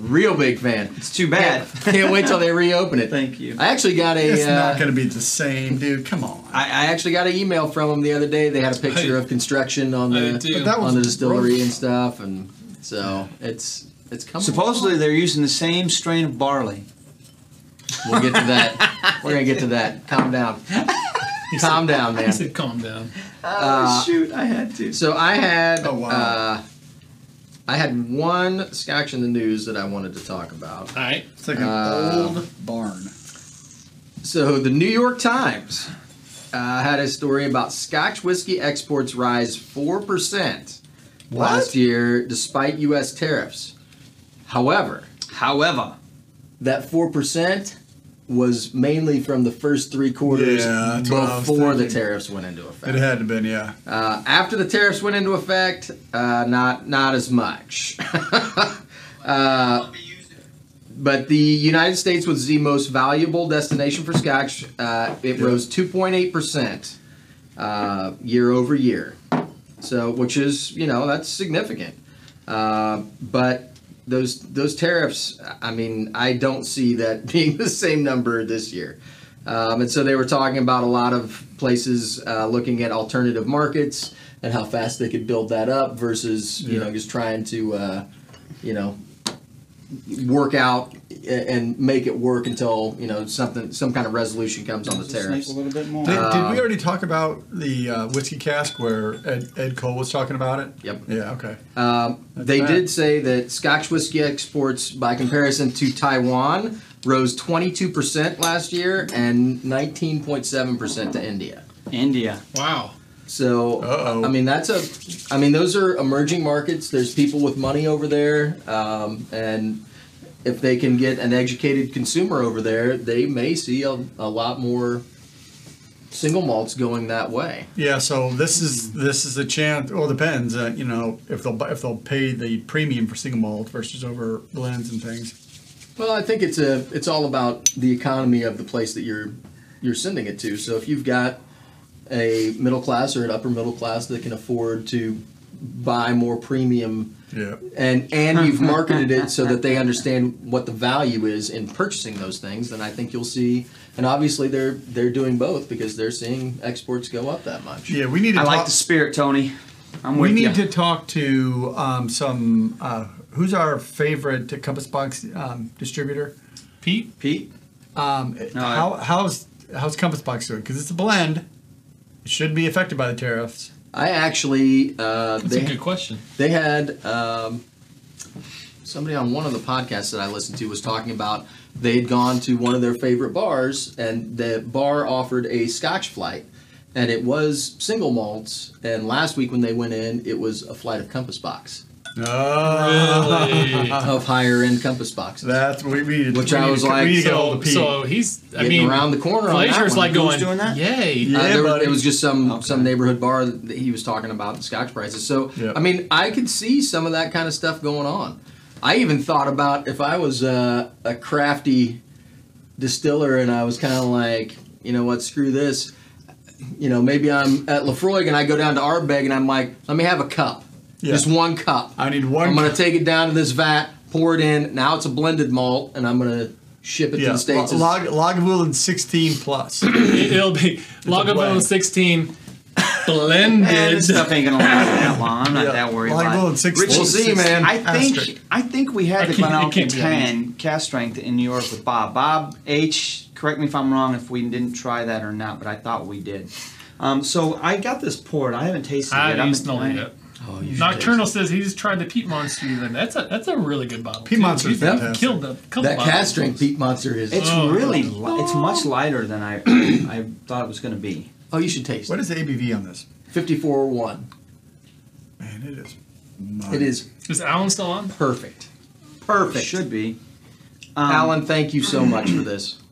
Speaker 1: Real big fan.
Speaker 4: it's too bad.
Speaker 1: Can't wait till they reopen it.
Speaker 4: Thank you.
Speaker 1: I actually got a.
Speaker 3: it's
Speaker 1: uh,
Speaker 3: not going to be the same, dude. Come on.
Speaker 1: I, I actually got an email from them the other day. They had a picture
Speaker 2: Hey.
Speaker 1: of construction on
Speaker 2: I
Speaker 1: the
Speaker 2: did too.
Speaker 3: But that was
Speaker 1: on the distillery
Speaker 3: rough.
Speaker 1: and stuff, and so it's it's coming.
Speaker 4: Supposedly
Speaker 1: along.
Speaker 4: they're using the same strain of barley.
Speaker 1: we'll get to that. We're gonna get to that. Calm down. Calm down,
Speaker 2: He
Speaker 1: man.
Speaker 2: said, calm down.
Speaker 1: Uh,
Speaker 4: Oh, shoot, I had to.
Speaker 1: So I had
Speaker 3: Oh, wow.
Speaker 1: uh, I had one scotch in the news that I wanted to talk about.
Speaker 2: All right.
Speaker 3: It's like an
Speaker 1: Uh,
Speaker 3: old barn.
Speaker 1: So the New York Times uh, had a story about Scotch whiskey exports rise four percent last year despite U.S. tariffs. However,
Speaker 4: However,
Speaker 1: that four percent was mainly from the first three quarters
Speaker 3: Yeah, that's what I was
Speaker 1: before the
Speaker 3: thinking.
Speaker 1: tariffs went into effect.
Speaker 3: It hadn't been, yeah.
Speaker 1: Uh, after the tariffs went into effect, uh, not not as much. uh, but the United States was the most valuable destination for Scotch. Uh, it
Speaker 3: Yeah.
Speaker 1: rose 2.8 percent uh, year over year, so which is you know that's significant. Uh, but those those tariffs, I mean, I don't see that being the same number this year. Um, and so they were talking about a lot of places uh, looking at alternative markets and how fast they could build that up versus you know
Speaker 3: Yeah.
Speaker 1: just trying to uh, you know work out a- and make it work until you know something some kind of resolution comes on the tariffs.
Speaker 4: little bit more.
Speaker 3: Did, did we already talk about the uh, whiskey cask where Ed, Ed Cole was talking about it?
Speaker 1: Yep.
Speaker 3: Yeah, okay.
Speaker 1: Um, they
Speaker 3: bad.
Speaker 1: did say that Scotch whiskey exports, by comparison to Taiwan, rose 22% last year and 19.7% to India.
Speaker 4: India.
Speaker 2: Wow.
Speaker 1: So,
Speaker 3: Uh-oh.
Speaker 1: I mean, that's a, I mean, those are emerging markets. There's people with money over there, um, and if they can get an educated consumer over there, they may see a, a lot more single malts going that way.
Speaker 3: Yeah, so this is this is a chance. Well, it depends. Uh, you know, if they'll bu- if they'll pay the premium for single malt versus over blends and things.
Speaker 1: Well, I think it's a it's all about the economy of the place that you're you're sending it to. So if you've got a middle class or an upper middle class that can afford to buy more premium
Speaker 3: Yeah.
Speaker 1: and and you've marketed it so that they understand what the value is in purchasing those things, then I think you'll see and obviously they're they're doing both because they're seeing exports go up that much.
Speaker 3: Yeah, we need to
Speaker 4: I like
Speaker 3: talk-
Speaker 4: the spirit, Tony. I'm
Speaker 3: we
Speaker 4: with
Speaker 3: need
Speaker 4: you.
Speaker 3: to talk to um, some uh, who's our favorite Compass Box um, distributor.
Speaker 2: Pete?
Speaker 4: Pete.
Speaker 3: Um,
Speaker 4: I-
Speaker 3: how, how's how's Compass Box doing? Because it's a blend. It should be affected by the tariffs.
Speaker 1: I actually uh,
Speaker 2: That's
Speaker 1: they
Speaker 2: a good question.
Speaker 1: They had um, somebody on one of the podcasts that I listened to was talking about they'd gone to one of their favorite bars, and the bar offered a Scotch flight, and it was single malts. And last week when they went in, it was a flight of Compass Box.
Speaker 2: Oh. Really?
Speaker 1: of higher end compass boxes.
Speaker 3: That's what we needed.
Speaker 1: Which
Speaker 3: we
Speaker 1: I
Speaker 3: need
Speaker 1: was
Speaker 3: to-
Speaker 1: like,
Speaker 3: we need to get all
Speaker 2: so,
Speaker 3: the Pete.
Speaker 2: so he's. I
Speaker 1: Getting
Speaker 2: mean,
Speaker 1: around the corner on that
Speaker 2: Fleischer's
Speaker 1: one.
Speaker 2: like going.
Speaker 4: Who's doing that?
Speaker 2: Yay!
Speaker 3: Yeah.
Speaker 1: Uh, there, was-
Speaker 3: buddy.
Speaker 1: It was just some
Speaker 4: Okay.
Speaker 1: some neighborhood bar that he was talking about the scotch prices. So
Speaker 3: Yeah.
Speaker 1: I mean, I could see some of that kind of stuff going on. I even thought about if I was a, a crafty distiller and I was kind of like, you know what, screw this. You know, maybe I'm at Lafroig and I go down to Arbeg and I'm like, let me have a cup,
Speaker 3: Yeah.
Speaker 1: just one cup.
Speaker 3: I need one
Speaker 1: I'm gonna
Speaker 3: cup.
Speaker 1: take it down to this vat, pour it in. Now it's a blended malt, and I'm gonna ship it to
Speaker 3: yeah,
Speaker 1: the states. as-
Speaker 3: Log- Lagavulin 16 plus.
Speaker 2: It- It'll be Lagavulin
Speaker 3: blend.
Speaker 2: 16
Speaker 4: Eh,
Speaker 2: blended.
Speaker 4: this stuff ain't gonna last that long. I'm not
Speaker 3: Yeah.
Speaker 4: that worried
Speaker 3: Well, I
Speaker 4: about
Speaker 3: will in
Speaker 4: it.
Speaker 3: six
Speaker 1: We'll
Speaker 3: months.
Speaker 1: see, man.
Speaker 4: I think
Speaker 3: Asterisk.
Speaker 4: I think we had
Speaker 2: I
Speaker 4: the
Speaker 2: can't- it
Speaker 4: Glenalkin
Speaker 2: can't be that
Speaker 4: 10 cast strength in New York with Bob. Bob H. Correct me if I'm wrong if we didn't try that or not, but I thought we did. Um, so I got this poured. I haven't tasted
Speaker 2: I
Speaker 4: it.
Speaker 2: haven't
Speaker 4: I'm-
Speaker 2: smelled it yet.
Speaker 1: Oh, you should
Speaker 2: Nocturnal says he just tried the Pete Monster. and That's a that's a really good bottle. too.
Speaker 3: Piedmont's are
Speaker 2: He's
Speaker 3: fantastic.
Speaker 2: Killed a couple
Speaker 1: That
Speaker 2: bottles.
Speaker 1: cast drink Pete Monster is.
Speaker 4: It's
Speaker 2: Oh.
Speaker 4: really li- it's much lighter than I I thought it was going to be.
Speaker 1: oh, you should taste
Speaker 3: What
Speaker 1: it.
Speaker 3: is the ABV on this?
Speaker 1: 54 1.
Speaker 3: Man, it is.
Speaker 1: It is
Speaker 2: Is Alan still on?
Speaker 1: perfect.
Speaker 4: It
Speaker 1: Perfect.
Speaker 4: should be. Um,
Speaker 1: Alan, thank you so much for this.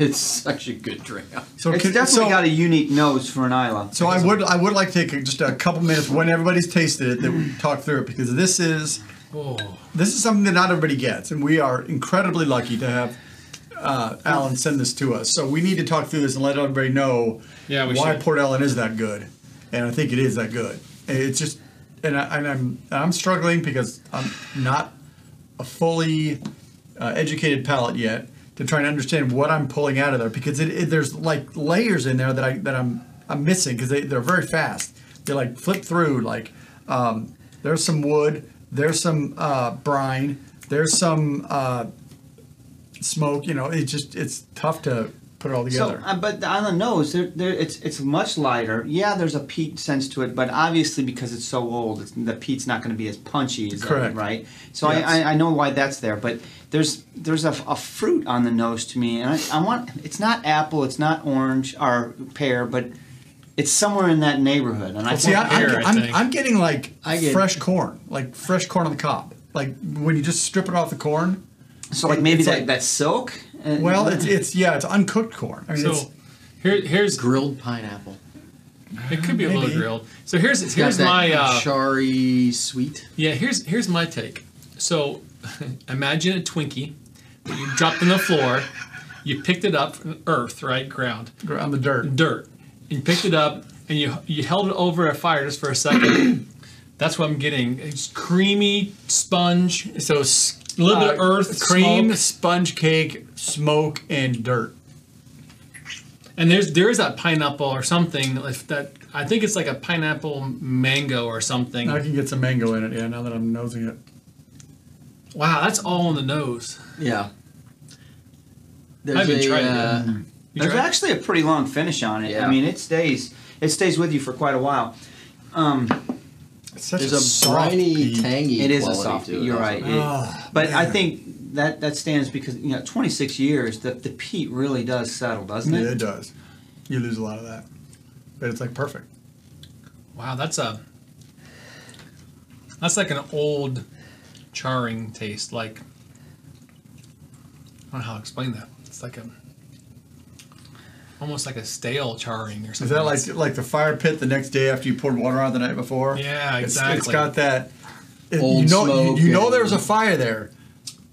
Speaker 1: It's such a good drink.
Speaker 3: So
Speaker 4: it's
Speaker 3: could-
Speaker 4: definitely
Speaker 3: so-
Speaker 4: got a unique nose for an Isla.
Speaker 3: So I would I would like to take just a couple minutes when everybody's tasted it that we talk through it because this is
Speaker 2: Oh,
Speaker 3: this is something that not everybody gets and we are incredibly lucky to have uh, Alan send this to us. So we need to talk through this and let everybody know
Speaker 2: Yeah, we
Speaker 3: why
Speaker 2: should.
Speaker 3: Port Ellen is that good, and I think it is that good. It's just and, I, and I'm I'm struggling because I'm not a fully uh, educated palate yet to try and understand what I'm pulling out of there because it, it there's like layers in there that I that I'm I'm missing because they they're very fast. They like flip through like um, there's some wood, there's some uh, brine, there's some uh, smoke. You know, it just it's tough to put it all together.
Speaker 4: So, uh, but on the nose, there, there, it's it's much lighter. Yeah, there's a peat sense to it, but obviously because it's so old, it's, the peat's not going to be as punchy as uh,
Speaker 3: Correct.
Speaker 4: right? So
Speaker 3: Yes.
Speaker 4: I, I, I know why that's there, but there's there's a, a fruit on the nose to me, and I, I want it's not apple, it's not orange or pear, but it's somewhere in that neighborhood. And I
Speaker 3: See, I,
Speaker 4: think
Speaker 3: I'm,
Speaker 2: Pear, I
Speaker 3: I'm,
Speaker 2: think.
Speaker 3: I'm getting like
Speaker 1: I get-
Speaker 3: fresh corn, like fresh corn on the cob. Like when you just strip it off the corn.
Speaker 4: so like maybe
Speaker 3: it's
Speaker 4: that,
Speaker 3: like-
Speaker 4: that silk. uh, and-
Speaker 3: Well, it's it's yeah, it's uncooked corn. I mean, it's,
Speaker 2: So here here's
Speaker 1: Grilled pineapple.
Speaker 2: it could be a little
Speaker 3: Maybe.
Speaker 2: grilled. So here's
Speaker 1: Got
Speaker 2: here's
Speaker 1: that
Speaker 2: my uh,
Speaker 1: charry sweet.
Speaker 2: Yeah, here's here's my take. So, imagine a Twinkie that you dropped on the floor. You picked it up from earth, right, ground,
Speaker 3: on the dirt.
Speaker 2: dirt. You picked it up and you you held it over a fire just for a second. That's what I'm getting. It's creamy sponge.
Speaker 3: So
Speaker 2: A little
Speaker 3: Uh,
Speaker 1: Uh,
Speaker 2: bit of earth,
Speaker 3: cream,
Speaker 2: smoke.
Speaker 3: sponge cake, smoke, and dirt.
Speaker 2: And there's there is that pineapple or something that, that I think it's like a pineapple mango or something.
Speaker 3: Now I can get some mango in it. Yeah, now that I'm nosing it.
Speaker 2: Wow, that's all on the nose.
Speaker 1: Yeah. There's
Speaker 2: I haven't
Speaker 1: a,
Speaker 2: tried
Speaker 1: uh,
Speaker 2: that. You
Speaker 4: There's
Speaker 2: tried it?
Speaker 4: actually a pretty long finish on it.
Speaker 1: Yeah.
Speaker 4: I mean, it stays it stays with you for quite a while. Um,
Speaker 3: It's such
Speaker 1: There's
Speaker 3: a,
Speaker 1: a
Speaker 3: soft
Speaker 1: briny,
Speaker 3: peat.
Speaker 1: tangy.
Speaker 4: It is a
Speaker 1: quality
Speaker 4: soft
Speaker 1: to it,
Speaker 4: peat, you're
Speaker 1: isn't
Speaker 4: right.
Speaker 1: it?
Speaker 3: Ah,
Speaker 4: But I
Speaker 3: man.
Speaker 4: think that that stands because you know, 26 years, the the peat really does settle, doesn't
Speaker 3: Yeah,
Speaker 4: it?
Speaker 3: it does. You lose a lot of that, but it's like perfect.
Speaker 2: Wow, that's a that's like an old charring taste. Like I don't know how to explain that. It's like a almost like a stale charring or something.
Speaker 3: Is that like like the fire pit the next day after you poured water on it the night before?
Speaker 2: Yeah,
Speaker 3: It's- it's
Speaker 2: exactly.
Speaker 3: got that. it- you
Speaker 1: Old
Speaker 3: know, you-
Speaker 1: smoke
Speaker 3: you, know there was a
Speaker 1: and-
Speaker 3: fire there,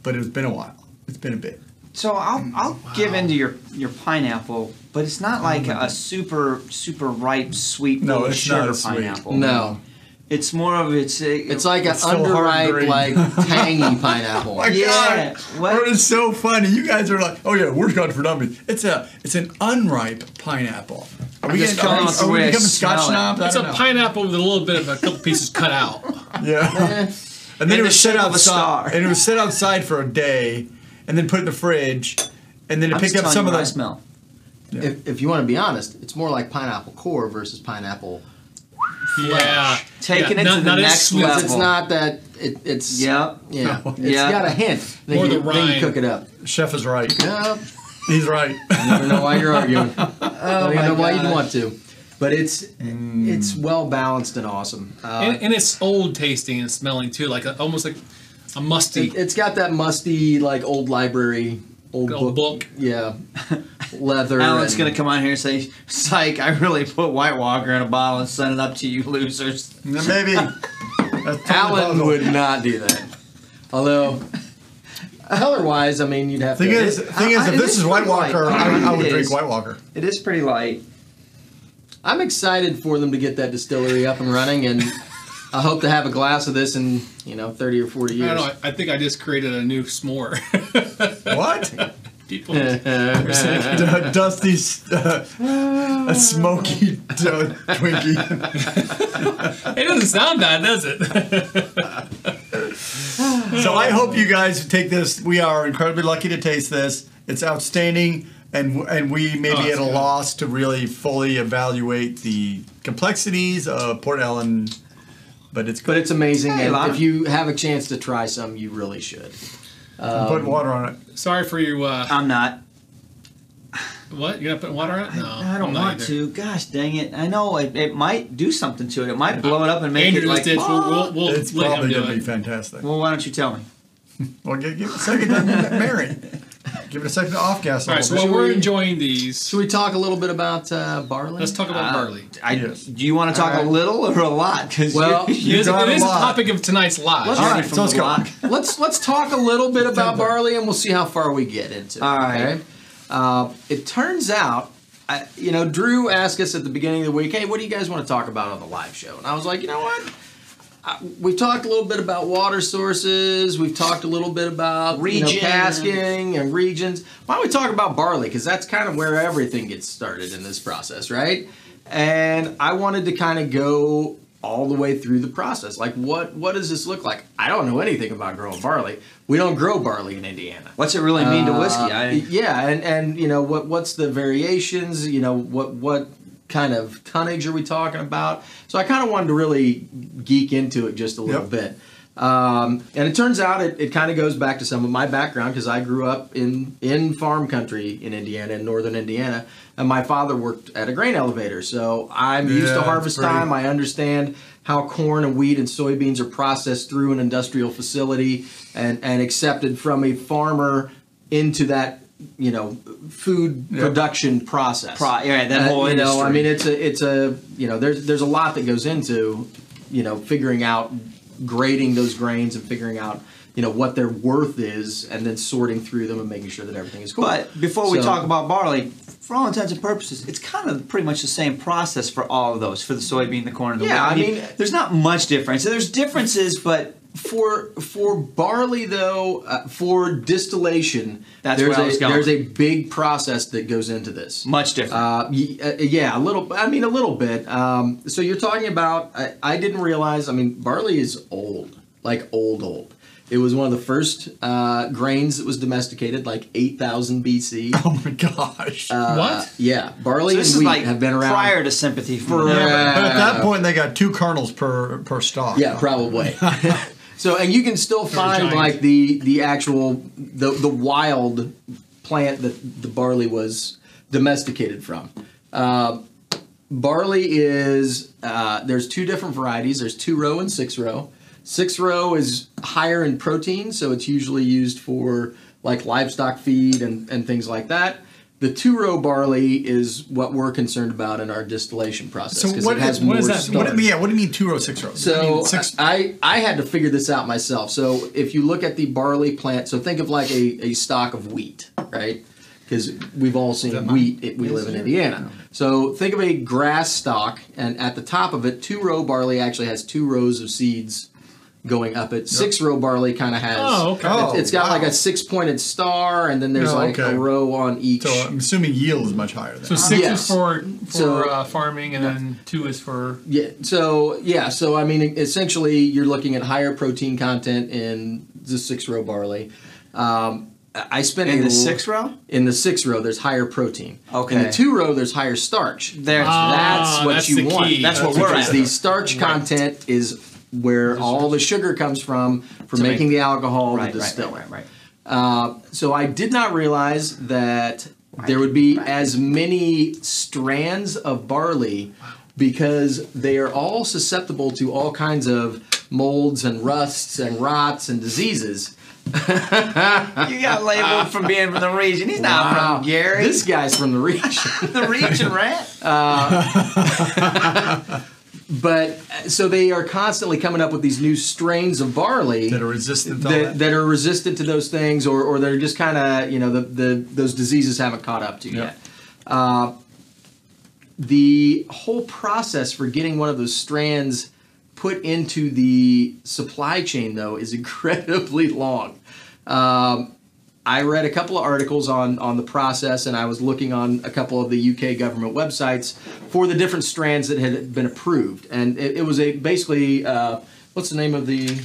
Speaker 3: but it's been a while. It's been a bit.
Speaker 4: So I'll I'll give into your your pineapple, but it's not like a, super super ripe sweet
Speaker 3: Oh No,
Speaker 4: full of
Speaker 3: it's not
Speaker 4: sugar
Speaker 3: as sweet.
Speaker 4: pineapple.
Speaker 1: No.
Speaker 4: It's more of it's uh, a,
Speaker 1: It's like an
Speaker 3: It's still hard to
Speaker 1: underripe,
Speaker 3: drink.
Speaker 1: like tangy pineapple.
Speaker 3: My
Speaker 4: Yeah,
Speaker 3: God,
Speaker 4: what?
Speaker 3: Bro, it's so funny. You guys are like, oh yeah, we're God for dummies. It's a it's an unripe pineapple. Are we
Speaker 4: just
Speaker 3: getting are
Speaker 4: coming
Speaker 3: we-
Speaker 4: off the
Speaker 3: are we
Speaker 4: way I
Speaker 3: becoming
Speaker 4: smell
Speaker 3: Scotch
Speaker 4: it.
Speaker 3: snobs? I
Speaker 2: it's a
Speaker 3: don't know.
Speaker 2: pineapple with a little bit of a couple pieces cut out.
Speaker 3: Yeah.
Speaker 1: Eh,
Speaker 3: and then
Speaker 4: In
Speaker 3: it
Speaker 4: the
Speaker 3: was set
Speaker 4: shape of a
Speaker 3: outside,
Speaker 4: star.
Speaker 3: and it was set outside for a day, and then put in the fridge, and then it
Speaker 4: I'm
Speaker 3: picked
Speaker 4: just
Speaker 3: up some
Speaker 4: telling you
Speaker 3: of
Speaker 4: what I
Speaker 3: the
Speaker 4: smell.
Speaker 1: if, if you want to be honest, it's more like pineapple core versus pineapple
Speaker 2: Yeah,
Speaker 4: Taking
Speaker 2: yeah,
Speaker 4: it
Speaker 2: not,
Speaker 4: to the
Speaker 2: not as
Speaker 4: next
Speaker 2: sweet.
Speaker 1: Because
Speaker 4: level.
Speaker 1: it's not that it, it's
Speaker 4: Yep.
Speaker 1: yeah
Speaker 3: No.
Speaker 1: it's
Speaker 4: Yeah.
Speaker 1: got a hint then,
Speaker 2: Or
Speaker 1: you,
Speaker 2: the
Speaker 1: then you
Speaker 2: rind.
Speaker 1: cook it up.
Speaker 3: chef is right.
Speaker 1: Yeah,
Speaker 3: He's right.
Speaker 1: I don't know why you're arguing. I don't
Speaker 4: my
Speaker 1: know why you'd
Speaker 4: gosh.
Speaker 1: want to. but it's it's well balanced and awesome. Uh,
Speaker 2: Mm. and, and it's old tasting and smelling too, like a, almost like a musty.
Speaker 1: it, has got that musty like old library, old,
Speaker 2: Old book.
Speaker 1: yeah, leather.
Speaker 4: Alan's
Speaker 1: and-
Speaker 4: gonna come on here and say, "Psych! I really put White Walker in a bottle and sent it up to you losers."
Speaker 3: Maybe. That's
Speaker 1: Alan
Speaker 3: totally
Speaker 1: would not do that. Although, color wise, I mean, you'd have
Speaker 3: Thing
Speaker 1: to.
Speaker 3: is, thing is,
Speaker 4: I-
Speaker 3: if
Speaker 4: it
Speaker 3: this
Speaker 4: is
Speaker 3: is White
Speaker 4: pretty
Speaker 3: Walker,
Speaker 4: light.
Speaker 3: I, I would
Speaker 4: It
Speaker 3: drink
Speaker 4: is.
Speaker 3: White Walker.
Speaker 4: It is pretty light.
Speaker 1: I'm excited for them to get that distillery up and running, and I hope to have a glass of this in you know 30 or 40
Speaker 2: I
Speaker 1: years.
Speaker 2: don't know. I, I think I just created a new s'more.
Speaker 3: What?
Speaker 2: People,
Speaker 3: D- Dusty, uh, a smoky uh, Twinkie.
Speaker 2: it doesn't sound bad, does it?
Speaker 3: So
Speaker 2: Mm.
Speaker 3: I hope you guys take this. We are incredibly lucky to taste this. It's outstanding, and w- and we may
Speaker 2: Oh,
Speaker 3: be
Speaker 2: it's
Speaker 3: at a
Speaker 2: good.
Speaker 3: loss to really fully evaluate the complexities of Port Ellen, but it's
Speaker 1: But
Speaker 3: good.
Speaker 1: it's amazing,
Speaker 4: Hey,
Speaker 1: and
Speaker 4: Lana.
Speaker 1: if you have a chance to try some, you really should.
Speaker 3: I'm
Speaker 2: um,
Speaker 3: putting water on it.
Speaker 2: Sorry for you. Uh,
Speaker 4: I'm not.
Speaker 2: what? You're not putting water on it? No,
Speaker 4: I
Speaker 2: I'm
Speaker 4: don't
Speaker 2: not
Speaker 4: want
Speaker 2: either.
Speaker 4: to. Gosh dang it! I know it, it might do something to it. It might blow it up and make
Speaker 2: Andrew
Speaker 4: it like.
Speaker 2: just did. We'll, we'll, we'll
Speaker 3: It's
Speaker 2: let him
Speaker 3: probably
Speaker 2: do
Speaker 3: going to
Speaker 2: it.
Speaker 3: be fantastic.
Speaker 4: Well, why don't you tell me?
Speaker 3: Well, give, give it a second to marry. Give it a second to off gas. a
Speaker 2: All right, so
Speaker 3: little
Speaker 2: while
Speaker 1: Should
Speaker 2: we're
Speaker 1: we-
Speaker 2: enjoying these,
Speaker 1: Should we talk a little bit about uh, barley?
Speaker 2: let's talk about barley.
Speaker 4: I,
Speaker 3: Yes.
Speaker 4: Do you want to talk
Speaker 1: All right.
Speaker 4: a little or a lot? 'Cause
Speaker 1: Well,
Speaker 4: you,
Speaker 2: It is,
Speaker 3: got
Speaker 2: it
Speaker 3: a
Speaker 2: is the
Speaker 3: lot.
Speaker 2: topic of tonight's live.
Speaker 1: Let's-
Speaker 4: Jeremy
Speaker 3: All right,
Speaker 4: from
Speaker 3: so let's
Speaker 4: the
Speaker 3: go.
Speaker 4: block.
Speaker 1: let's let's talk a little bit about
Speaker 3: September.
Speaker 1: barley, and we'll see how far we get into. it,
Speaker 4: All right.
Speaker 1: okay? Uh, it turns out, I, you know, Drew asked us at the beginning of the week, "Hey, what do you guys want to talk about on the live show?" And I was like, "You know what? I, we've talked a little bit about water sources. We've talked a little bit about you
Speaker 4: Regions.
Speaker 1: know, casking and regions. Why don't we talk about barley? Because that's kind of where everything gets started in this process, right?" And I wanted to kind of go all the way through the process. Like, what what does this look like? I don't know anything about growing barley. We don't grow barley in Indiana.
Speaker 4: What's it really mean to whiskey?
Speaker 1: Uh,
Speaker 4: I,
Speaker 1: yeah, and and you know what what's the variations? You know what what kind of tonnage are we talking about? So I kind of wanted to really geek into it just a little
Speaker 3: Yep.
Speaker 1: bit. Um, and it turns out it, it kind of goes back to some of my background because I grew up in in farm country in Indiana, in northern Indiana, and my father worked at a grain elevator, so I'm used
Speaker 3: Yeah,
Speaker 1: to
Speaker 3: it's
Speaker 1: harvest
Speaker 3: pretty-
Speaker 1: time. I understand how corn and wheat and soybeans are processed through an industrial facility and, and accepted from a farmer into that you know food
Speaker 3: Yeah.
Speaker 1: production process. Uh,
Speaker 4: Pro- yeah, that whole
Speaker 1: you know, I
Speaker 4: industry.
Speaker 1: mean, it's a it's a you know there's there's a lot that goes into you know figuring out grading those grains and figuring out you know what their worth is and then sorting through them and making sure that everything is cool.
Speaker 4: But before we
Speaker 1: So-
Speaker 4: talk about barley, for all intents and purposes, it's kind of pretty much the same process for all of those for the soybean, the corn, and the
Speaker 1: Yeah,
Speaker 4: wheat.
Speaker 1: I mean-
Speaker 4: there's not much difference. There's differences, but
Speaker 1: for for barley though uh, for distillation
Speaker 4: That's
Speaker 1: there's
Speaker 4: where I
Speaker 1: a
Speaker 4: was going.
Speaker 1: there's a big process that goes into this
Speaker 4: much different.
Speaker 1: uh, y- uh, yeah a little i mean a little bit um, so you're talking about I, I didn't realize i mean barley is old like old old it was one of the first uh, grains that was domesticated like 8000 bc
Speaker 3: Oh my gosh.
Speaker 1: Uh,
Speaker 2: what?
Speaker 1: yeah barley
Speaker 4: so this
Speaker 1: and
Speaker 4: is
Speaker 1: wheat
Speaker 4: like
Speaker 1: have been around
Speaker 4: prior to sympathy for.
Speaker 1: Forever.
Speaker 3: Yeah, but at that
Speaker 1: Yeah.
Speaker 3: point, they got two kernels per per stalk.
Speaker 1: Yeah, probably. so, and you can still find
Speaker 2: giant.
Speaker 1: like the the actual the the wild plant that the barley was domesticated from. Uh, barley is uh, there's two different varieties. There's two row and six row. Six row is higher in protein, so it's usually used for like livestock feed and, and things like that. The two row barley is what we're concerned about in our distillation process
Speaker 3: So
Speaker 1: because
Speaker 3: what
Speaker 1: it has
Speaker 3: is-
Speaker 1: more
Speaker 2: what is that-
Speaker 1: starch.
Speaker 3: What do you mean? Yeah. What do you mean two row, six oh? rows? I
Speaker 1: So
Speaker 3: mean, six.
Speaker 1: I, I had to figure this out myself. So if you look at the barley plant, so think of like a, a stock of wheat, right? Because we've all seen wheat. It, we live in Indiana. So think of a grass stalk, and at the top of it, two row barley actually has two rows of seeds going up it. Six row barley kind of has.
Speaker 2: Oh, okay.
Speaker 3: Oh,
Speaker 1: it's got like
Speaker 3: wow.
Speaker 1: a six pointed star, and then there's
Speaker 3: No,
Speaker 1: like
Speaker 3: okay.
Speaker 1: a row on each.
Speaker 3: so I'm assuming yield is much higher. Than
Speaker 2: So six
Speaker 1: Yes.
Speaker 2: is for for
Speaker 1: So-
Speaker 2: uh, farming, and then two is for
Speaker 1: Yeah. So yeah. So I mean, essentially, you're looking at higher protein content in the six row barley. Um, I spent
Speaker 4: In
Speaker 1: a
Speaker 4: the
Speaker 1: l-
Speaker 4: six row?
Speaker 1: In the six row, there's higher protein. In the
Speaker 4: Okay.
Speaker 1: two row, there's higher starch. That's
Speaker 4: There's
Speaker 2: Ah,
Speaker 1: what
Speaker 2: that's
Speaker 1: you
Speaker 2: the
Speaker 1: want.
Speaker 2: key.
Speaker 4: That's what we're
Speaker 1: because
Speaker 4: at.
Speaker 1: the starch content is where all the sugar comes from for
Speaker 4: make-
Speaker 1: making the alcohol,
Speaker 4: right,
Speaker 1: the
Speaker 4: right,
Speaker 1: distilling.
Speaker 4: right, right, right.
Speaker 1: Uh, so I did not realize that there would be as many strands of barley because they are all susceptible to all kinds of molds and rusts and rots and diseases.
Speaker 4: You got labeled from being from the region. He's not
Speaker 1: Wow.
Speaker 4: from Gary.
Speaker 1: This guy's from the region.
Speaker 4: the region rat.
Speaker 1: but uh, so they are constantly coming up with these new strains of barley
Speaker 3: that are resistant to all
Speaker 1: that,
Speaker 3: that.
Speaker 1: that are resistant to those things or, or they're just kind of you know the, the those diseases haven't caught up to yet uh, the whole process for getting one of those strands put into the supply chain though is incredibly long um, I read a couple of articles on on the process, and I was looking on a couple of the UK government websites for the different strands that had been approved, and it, it was a basically uh, what's the name of the it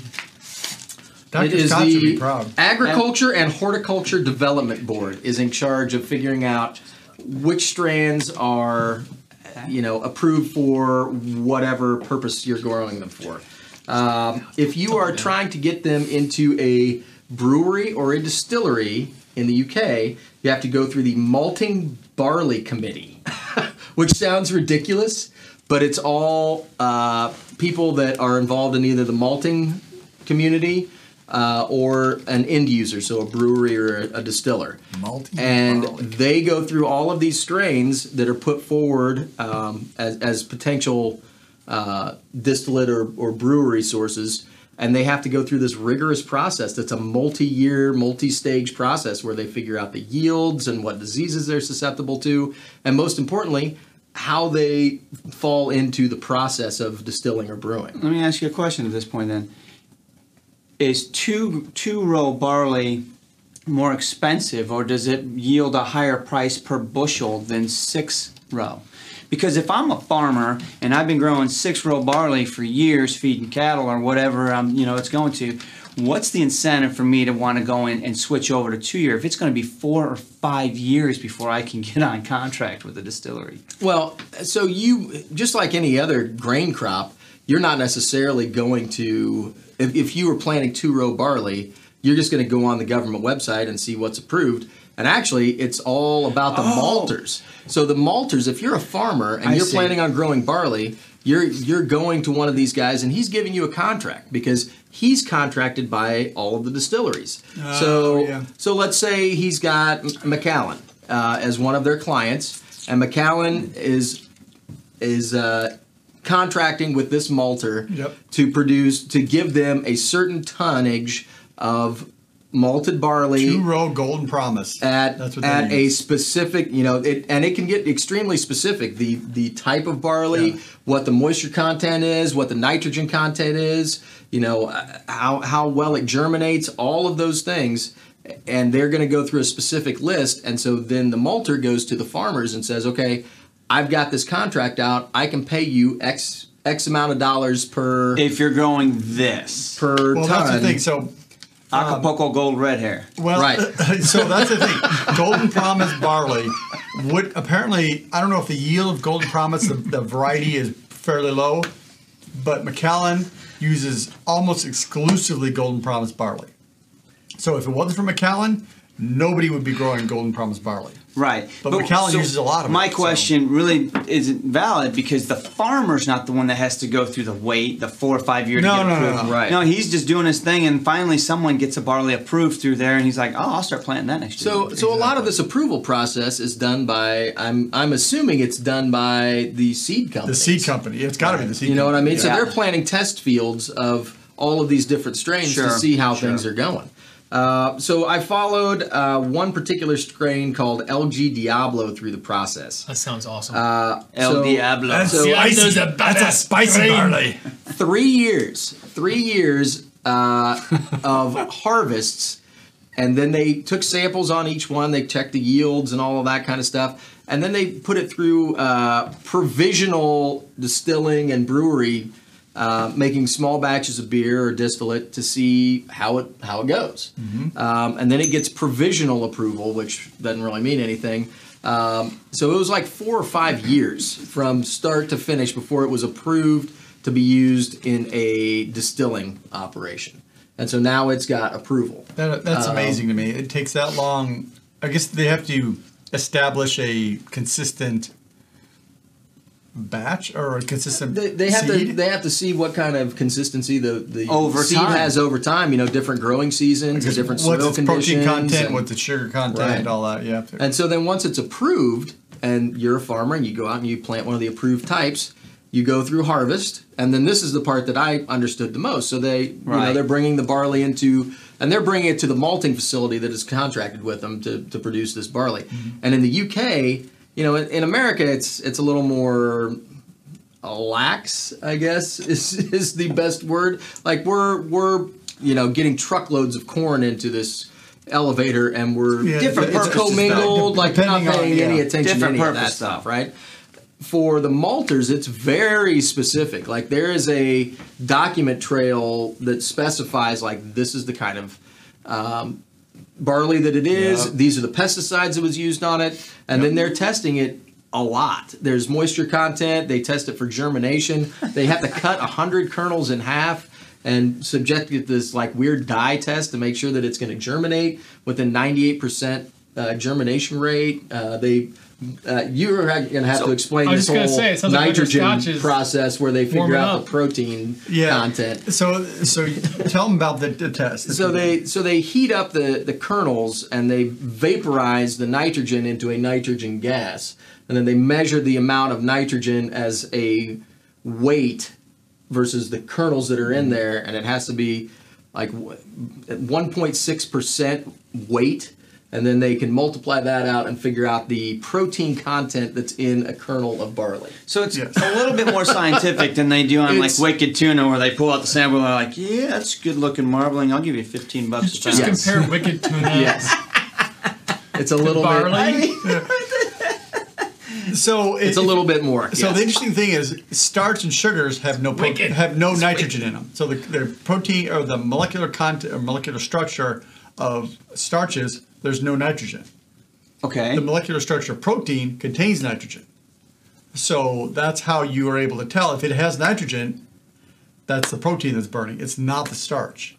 Speaker 3: Dr.
Speaker 1: is
Speaker 3: Scott
Speaker 1: the
Speaker 3: should be proud.
Speaker 1: Agriculture and Horticulture Development Board is in charge of figuring out which strands are, you know, approved for whatever purpose you're growing them for. Um, if you are trying to get them into a brewery or a distillery in the UK, you have to go through the Malting Barley Committee, which sounds ridiculous, but it's all uh, people that are involved in either the malting community uh, or an end user, so a brewery or a, a distiller.
Speaker 3: Malting
Speaker 1: and
Speaker 3: barley.
Speaker 1: they go through all of these strains that are put forward um, as, as potential uh, distillate or, or brewery sources, and they have to go through this rigorous process that's a multi year, multi stage process where they figure out the yields and what diseases they're susceptible to, and most importantly, how they fall into the process of distilling or brewing.
Speaker 4: Let me ask you a question at this point then. Is two two row barley more expensive or does it yield a higher price per bushel than six row? Because if I'm a farmer and I've been growing six row barley for years, feeding cattle or whatever I'm you know it's going to, what's the incentive for me to want to go in and switch over to two year if it's going to be four or five years before I can get on contract with the distillery?
Speaker 1: Well, so you just like any other grain crop, you're not necessarily going to if, if you were planting two row barley, you're just going to go on the government website and see what's approved. And actually, it's all about the malters. So the malters, if you're a farmer and
Speaker 4: Oh. I
Speaker 1: you're
Speaker 4: see.
Speaker 1: planning on growing barley, you're you're going to one of these guys and he's giving you a contract because he's contracted by all of the distilleries. so
Speaker 3: Uh, oh, yeah.
Speaker 1: so let's say he's got M- McAllen uh, as one of their clients, and McAllen is is uh, contracting with this malter
Speaker 3: Yep.
Speaker 1: to produce to give them a certain tonnage of malted barley
Speaker 3: Two row golden promise.
Speaker 1: at
Speaker 3: That's what they
Speaker 1: at a
Speaker 3: use.
Speaker 1: specific you know it and it can get extremely specific the the type of barley
Speaker 3: Yeah.
Speaker 1: what the moisture content is what the nitrogen content is you know uh, how how well it germinates all of those things and they're going to go through a specific list and so then the malter goes to the farmers and says okay I've got this contract out I can pay you x x amount of dollars per
Speaker 4: If you're growing this
Speaker 1: per
Speaker 3: Well,
Speaker 1: ton
Speaker 3: that's the thing. So
Speaker 4: Acapulco gold red hair.
Speaker 3: Well,
Speaker 1: Right.
Speaker 3: so that's the thing. Golden Promise barley would apparently, I don't know if the yield of Golden Promise, the, the variety is fairly low, but McAllen uses almost exclusively Golden Promise barley. So if it wasn't for McAllen, nobody would be growing Golden Promise barley.
Speaker 4: Right.
Speaker 3: But McAllen uses a lot of
Speaker 4: My
Speaker 3: it, so-
Speaker 4: question really isn't valid because the farmer's not the one that has to go through the wait, the four or five year
Speaker 3: No,
Speaker 4: to
Speaker 3: no,
Speaker 4: get
Speaker 3: no,
Speaker 4: approved.
Speaker 3: no.
Speaker 1: Right.
Speaker 4: No, he's just doing his thing and finally someone gets a barley approved through there and he's like, Oh, I'll start planting that next year.
Speaker 1: So, so a lot of this approval process is done by. I'm I'm assuming it's done by the seed company.
Speaker 3: The seed company, it's got to be the seed
Speaker 1: You know what I mean? So
Speaker 4: Yeah.
Speaker 1: they're planning test fields of all of these different strains
Speaker 4: Sure,
Speaker 1: to see how
Speaker 4: sure.
Speaker 1: things are going. Uh, so I followed uh, one particular strain called LG Diablo through the process.
Speaker 2: That sounds awesome.
Speaker 4: El
Speaker 1: So-
Speaker 4: Diablo.
Speaker 1: So-
Speaker 2: spicy- those are that's a badass spicy strain. barley.
Speaker 1: three years, three years uh, of harvests, and then they took samples on each one. They checked the yields and all of that kind of stuff, and then they put it through uh, provisional distilling and brewery, uh, making small batches of beer or distillate to see how it how it goes, um, and then it gets provisional approval, which doesn't really mean anything. Um, so it was like four or five years from start to finish before it was approved to be used in a distilling operation. And so now it's got approval. Um,
Speaker 3: That, that's amazing to me. It takes that long. I guess they have to establish a consistent batch or a consistent
Speaker 1: They, they have to
Speaker 3: seed?
Speaker 1: they have to see what kind of consistency the the
Speaker 4: Over
Speaker 1: seed
Speaker 4: time.
Speaker 1: has over time. You know, different growing seasons, and different soil
Speaker 3: what's its
Speaker 1: conditions,
Speaker 3: protein content,
Speaker 1: and,
Speaker 3: what's its sugar content,
Speaker 1: Right.
Speaker 3: all that. Yeah. to-
Speaker 1: and so then once it's approved, and you're a farmer and you go out and you plant one of the approved types, you go through harvest, and then this is the part that I understood the most. So they you know
Speaker 4: Right.
Speaker 1: they're bringing the barley into and they're bringing it to the malting facility that is contracted with them to, to produce this barley. And in the UK, you know, in, in America, it's it's a little more lax, I guess is is the best word. Like we're we're you know getting truckloads of corn into this elevator, and we're
Speaker 3: Yeah,
Speaker 1: different purpose
Speaker 3: it's- it's just
Speaker 1: commingled,
Speaker 3: not-
Speaker 1: like not
Speaker 3: depending on-
Speaker 1: paying any
Speaker 3: yeah.
Speaker 1: attention
Speaker 4: Different
Speaker 1: to any of that
Speaker 4: purpose
Speaker 1: stuff,
Speaker 4: stuff.
Speaker 1: right? For the malters, it's very specific. Like there is a document trail that specifies like this is the kind of um, barley that it is.
Speaker 3: Yeah.
Speaker 1: These are the pesticides that was used on it, and then they're testing it a lot. There's moisture content. They test it for germination. They have to cut hundred kernels in half and subject it to this like weird dye test to make sure that it's going to germinate within 98% uh, germination rate. Uh, they uh, you're going to have to explain
Speaker 2: I was
Speaker 1: this
Speaker 2: just
Speaker 1: whole
Speaker 2: gonna say, it sounds like
Speaker 1: nitrogen
Speaker 2: butterscotch is
Speaker 1: process where they figure
Speaker 2: warming
Speaker 1: out
Speaker 2: up.
Speaker 1: the protein
Speaker 3: yeah.
Speaker 1: content.
Speaker 3: So so you- tell them about the, the test.
Speaker 1: So they so they heat up the the kernels and they vaporize the nitrogen into a nitrogen gas, and then they measure the amount of nitrogen as a weight versus the kernels that are in there, and it has to be like w- at 1.6% weight, and then they can multiply that out and figure out the protein content that's in a kernel of barley.
Speaker 4: So it's
Speaker 3: Yes.
Speaker 4: a little bit more scientific than they do on
Speaker 1: It's-
Speaker 4: like Wicked Tuna, where they pull out the sample and they're like, "Yeah, that's good looking marbling. I'll give you fifteen bucks." a
Speaker 2: Just
Speaker 4: pound."
Speaker 1: Yes.
Speaker 2: compare wicked tuna
Speaker 1: Yes. It's a
Speaker 2: to
Speaker 1: little
Speaker 2: barley.
Speaker 1: bit.
Speaker 3: so it-
Speaker 1: It's a little bit more.
Speaker 3: So
Speaker 1: yes.
Speaker 3: the interesting thing is, starch and sugars have no pro-
Speaker 2: Wicked.
Speaker 3: have no nitrogen in them. So the, the protein or the molecular content or molecular structure of starches, there's no nitrogen.
Speaker 4: Okay.
Speaker 3: The molecular structure of protein contains nitrogen. So that's how you are able to tell if it has nitrogen. That's the protein that's burning. It's not the starch.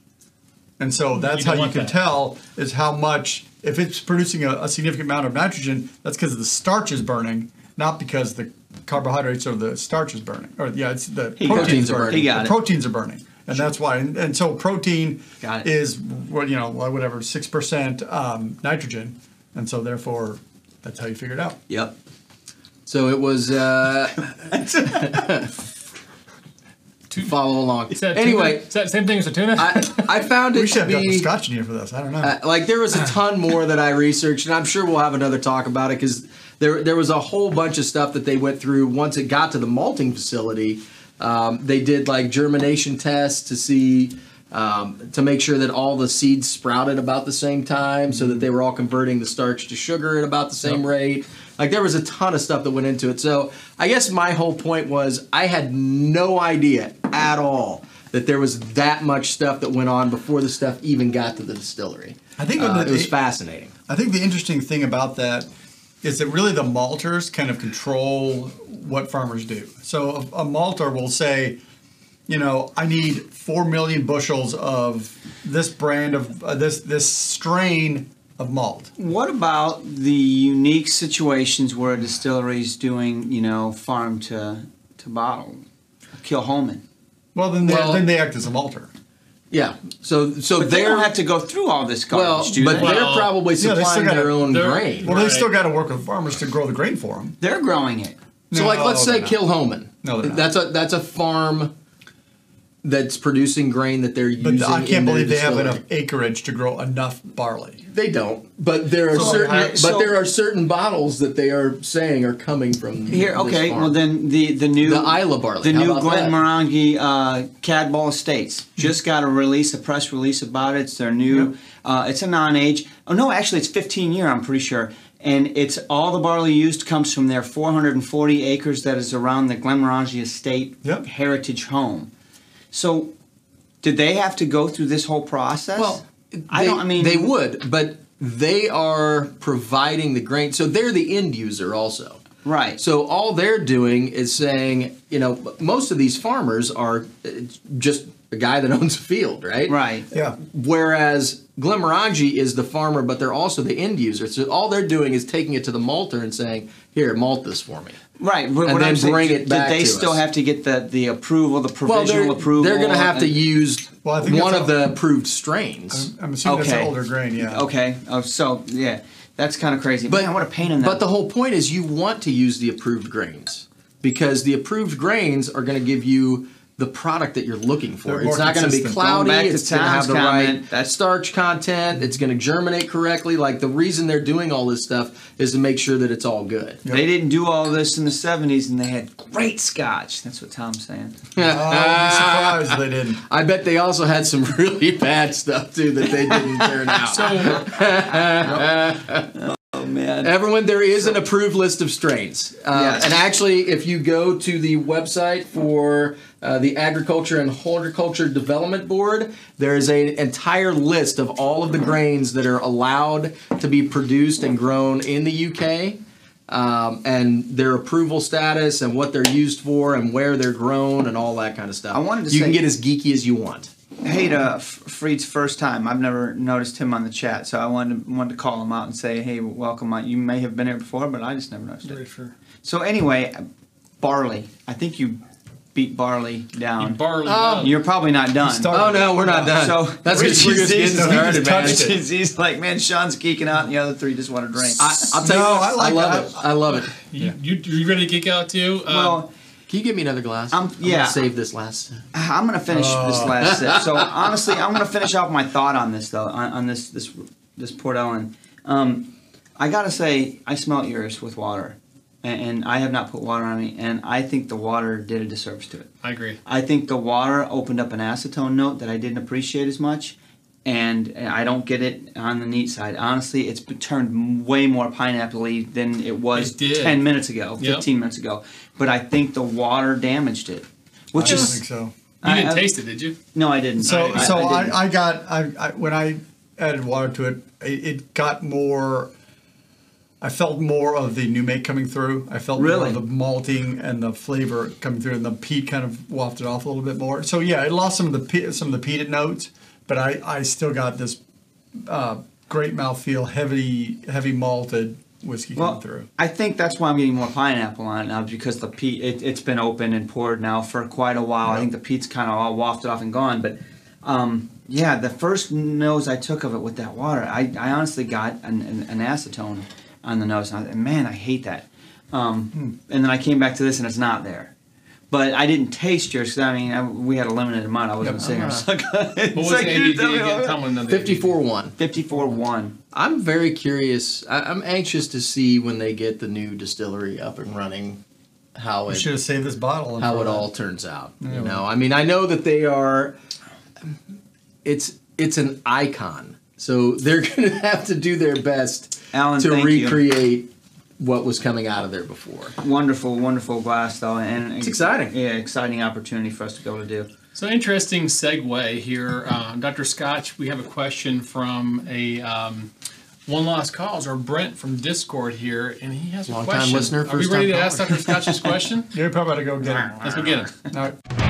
Speaker 3: And so that's
Speaker 2: don't
Speaker 3: how you
Speaker 2: want
Speaker 3: can
Speaker 2: that.
Speaker 3: tell is how much if it's producing a, a significant amount of nitrogen. That's because the starch is burning, not because the carbohydrates or the starch is burning. Or yeah, it's the
Speaker 4: got
Speaker 3: proteins
Speaker 1: it.
Speaker 3: are burning.
Speaker 4: He got
Speaker 3: the
Speaker 4: it.
Speaker 3: proteins are burning, and that's why. And, and so protein
Speaker 4: Got it.
Speaker 3: is what you know, whatever six percent um, nitrogen, and so therefore that's how you figure it out.
Speaker 4: yep.
Speaker 1: So it was uh, to follow along.
Speaker 2: Is that tuna?
Speaker 1: Anyway,
Speaker 2: is that the same thing as a tuna?
Speaker 1: I, I found it
Speaker 3: We should
Speaker 1: to
Speaker 3: have Dr.
Speaker 1: be
Speaker 3: Scotch in here for this. I don't know.
Speaker 1: Uh, like there was a ton more that I researched, and I'm sure we'll have another talk about it because there there was a whole bunch of stuff that they went through once it got to the malting facility. Um, they did like germination tests to see um, to make sure that all the seeds sprouted about the same time, so that they were all converting the starch to sugar at about the same rate. Like there was a ton of stuff that went into it. So I guess my whole point was I had no idea at all that there was that much stuff that went on before the stuff even got to the distillery.
Speaker 3: I think
Speaker 1: Uh,
Speaker 3: when the-
Speaker 1: it was fascinating.
Speaker 3: I think the interesting thing about that is that really the malters kind of control what farmers do. So a, a malter will say, you know, I need four million bushels of this brand of uh, this this strain of malt.
Speaker 4: What about the unique situations where a distillery's doing, you know, farm to to bottle, Kilhoman?
Speaker 3: Well, then they,
Speaker 1: Well-
Speaker 3: then they act as a malter.
Speaker 1: Yeah. So so
Speaker 4: But
Speaker 1: they're
Speaker 4: they don't have to go through all this garbage,
Speaker 1: well,
Speaker 4: do
Speaker 1: but
Speaker 4: they?
Speaker 2: Well,
Speaker 1: they're probably
Speaker 3: yeah, they still
Speaker 1: supplying
Speaker 3: gotta-
Speaker 1: their own
Speaker 2: they're-
Speaker 1: grain.
Speaker 3: Well, they still
Speaker 2: Right.
Speaker 3: got to work with farmers to grow the grain for them.
Speaker 4: They're growing it.
Speaker 1: So, like, let's say
Speaker 3: they're not.
Speaker 1: Kilhoman.
Speaker 3: No, they're not.
Speaker 1: that's a that's a farm that's producing grain that they're
Speaker 3: But
Speaker 1: using.
Speaker 3: I
Speaker 1: in
Speaker 3: can't
Speaker 1: their
Speaker 3: believe they have
Speaker 1: distillery.
Speaker 3: enough acreage to grow enough barley.
Speaker 1: They don't. But there are
Speaker 4: So,
Speaker 1: certain
Speaker 4: I-
Speaker 1: but
Speaker 4: so-
Speaker 1: there are certain bottles that they are saying are coming from
Speaker 4: Here,
Speaker 1: this
Speaker 4: okay.
Speaker 1: farm.
Speaker 4: Well, then the the new
Speaker 1: The Isla barley,
Speaker 4: the
Speaker 1: how
Speaker 4: new
Speaker 1: about that?
Speaker 4: Glen Morangi uh, Cadball Estates just got a release, a press release about it. It's their new. Uh, it's a non-age. Oh no, actually, it's 15 year. I'm pretty sure. And it's all the barley used comes from their 440 acres that is around the Glenmorangie Estate
Speaker 3: Yep.
Speaker 4: Heritage Home. So, did they have to go through this whole process?
Speaker 1: Well,
Speaker 4: I
Speaker 1: they-
Speaker 4: don't. I mean,
Speaker 1: they would, but they are providing the grain, so they're the end user also.
Speaker 4: Right.
Speaker 1: So all they're doing is saying, you know, most of these farmers are uh, just a guy that owns a field, right?
Speaker 4: Right.
Speaker 3: Yeah.
Speaker 1: Whereas Glenmorangie is the farmer, but they're also the end user. So all they're doing is taking it to the malter and saying, "Here, malt this for me."
Speaker 4: Right. What,
Speaker 1: And
Speaker 4: what
Speaker 1: then
Speaker 4: I'm saying,
Speaker 1: bring it
Speaker 4: did
Speaker 1: back
Speaker 4: they
Speaker 1: to
Speaker 4: still
Speaker 1: us.
Speaker 4: have to get the, the approval, the
Speaker 1: Well,
Speaker 4: provisional
Speaker 1: they're,
Speaker 4: approval?
Speaker 1: they're going to have to
Speaker 4: and-
Speaker 1: use
Speaker 3: Well, I think
Speaker 1: one
Speaker 3: that's
Speaker 1: of
Speaker 3: all-
Speaker 1: the approved strains.
Speaker 3: I'm assuming that's
Speaker 4: Okay.
Speaker 3: an older grain, yeah.
Speaker 4: Okay. Oh, so, yeah. That's kind of crazy. But Man, what a pain in the
Speaker 1: But the whole point is you want to use the approved grains because the approved grains are going to give you the product that you're looking for.
Speaker 3: They're
Speaker 1: it's
Speaker 3: more
Speaker 1: not going to be
Speaker 3: consistent.
Speaker 1: cloudy.
Speaker 4: Going back to
Speaker 1: it's going to have
Speaker 4: Tom's
Speaker 1: the
Speaker 4: comment,
Speaker 1: right
Speaker 4: that's-
Speaker 1: starch content. It's going to germinate correctly. Like the reason they're doing all this stuff is to make sure that it's all good.
Speaker 4: They didn't do all this in the 70s and they had great scotch. That's what Tom's saying.
Speaker 3: Oh, you'd be surprised if they didn't.
Speaker 1: I bet they also had some really bad stuff too that they didn't turn out.
Speaker 2: So
Speaker 4: Oh, man.
Speaker 1: Everyone, there is an approved list of strains. Uh,
Speaker 4: Yes.
Speaker 1: And actually, if you go to the website for uh, the Agriculture and Horticulture Development Board, there is an entire list of all of the grains that are allowed to be produced and grown in the UK. Um, and their approval status and what they're used for and where they're grown and all that kind of stuff.
Speaker 4: I wanted to
Speaker 1: you can
Speaker 4: say-
Speaker 1: get as geeky as you want.
Speaker 4: Hey, to F- Fried's first time. I've never noticed him on the chat, so I wanted to, wanted to call him out and say, hey, welcome. on. You may have been here before, but I just never noticed it. So, anyway, barley. I think you beat barley down.
Speaker 2: barley.
Speaker 1: Oh.
Speaker 4: You're probably not done.
Speaker 3: start-
Speaker 1: Oh no, we're not done.
Speaker 4: So-
Speaker 1: that's
Speaker 3: We-
Speaker 1: what
Speaker 3: we
Speaker 1: she's
Speaker 3: just-
Speaker 1: getting
Speaker 3: no, we just
Speaker 1: started, man.
Speaker 3: touched it.
Speaker 4: He's he's like, man, Sean's geeking out, and the other three just want to drink.
Speaker 1: I, I'll tell
Speaker 3: No,
Speaker 1: you, what,
Speaker 3: I
Speaker 1: I,
Speaker 3: like
Speaker 1: love
Speaker 3: that.
Speaker 1: it. I love it.
Speaker 2: you, you, you ready to kick out too? Um,
Speaker 4: well,
Speaker 1: Can you give me another glass?
Speaker 4: Um,
Speaker 1: I'm
Speaker 4: yeah.
Speaker 1: gonna save this last.
Speaker 4: Uh, I'm gonna finish this
Speaker 1: Oh.
Speaker 4: last sip. So honestly, I'm gonna finish off my thought on this though, on, on this this this Port Ellen. Um, I gotta say, I smell iris with water, and, and I have not put water on it, and I think the water did a disservice to it.
Speaker 2: I agree.
Speaker 4: I think the water opened up an acetone note that I didn't appreciate as much, and I don't get it on the neat side. Honestly, it's been turned way more pineapple-y than it was
Speaker 2: It did.
Speaker 4: ten minutes ago,
Speaker 2: Yep.
Speaker 4: fifteen minutes ago. But I think the water damaged it,
Speaker 3: I
Speaker 4: which
Speaker 3: don't
Speaker 4: is
Speaker 3: think so.
Speaker 2: You
Speaker 4: I-
Speaker 2: didn't
Speaker 4: I-
Speaker 2: taste it, did you?
Speaker 4: no, I didn't.
Speaker 3: So,
Speaker 2: I-
Speaker 3: so
Speaker 4: I
Speaker 3: I,
Speaker 4: didn't.
Speaker 3: I, got I, I when I added water to it, it, it got more. I felt more of the new make coming through. I felt more
Speaker 4: Really?
Speaker 3: of the malting and the flavor coming through, and the peat kind of wafted off a little bit more. So yeah, it lost some of the pe- some of the peated notes, but I, I still got this uh, great mouthfeel, heavy heavy malted whiskey
Speaker 4: well,
Speaker 3: coming through.
Speaker 4: I think that's why I'm getting more pineapple on it now because the peat it, it's been open and poured now for quite a while. I think the peat's kind of all wafted off and gone, but um, yeah, the first nose I took of it with that water, I, I honestly got an, an, an acetone on the nose, and I- man, I hate that. Um,
Speaker 2: Hmm.
Speaker 4: And then I came back to this, and it's not there. But I didn't taste yours. 'cause, I mean, I, we had a limited amount. I wasn't
Speaker 3: Yeah,
Speaker 4: sitting there.
Speaker 1: I'm
Speaker 4: sucking.
Speaker 2: Uh-huh. What was the ABV again? Tell me another
Speaker 1: Fifty-four one.
Speaker 4: Fifty-four one.
Speaker 1: I'm very curious. I, I'm anxious to see when they get the new distillery up and running, how
Speaker 3: I
Speaker 1: it
Speaker 3: should have saved this bottle.
Speaker 1: how it all turns out. You know, I mean, I know that they are. It's it's an icon, so they're going to have to do their best
Speaker 4: Alan,
Speaker 1: to
Speaker 4: thank you.
Speaker 1: recreate what was coming out of there before.
Speaker 4: Wonderful, wonderful glass though, and it's
Speaker 1: exciting.
Speaker 4: Yeah, exciting opportunity for us to be able to do.
Speaker 2: So interesting segue here, um, Dr. Scotch. We have a question from a um, one lost cause or Brent from Discord here, and he has a
Speaker 1: Long-time
Speaker 2: question.
Speaker 1: listener,
Speaker 2: Are we
Speaker 1: first-time
Speaker 2: ready to
Speaker 1: caller.
Speaker 2: ask Dr. Scotch this question?
Speaker 3: You're probably about to go get it.
Speaker 2: Let's go get him.
Speaker 3: All right.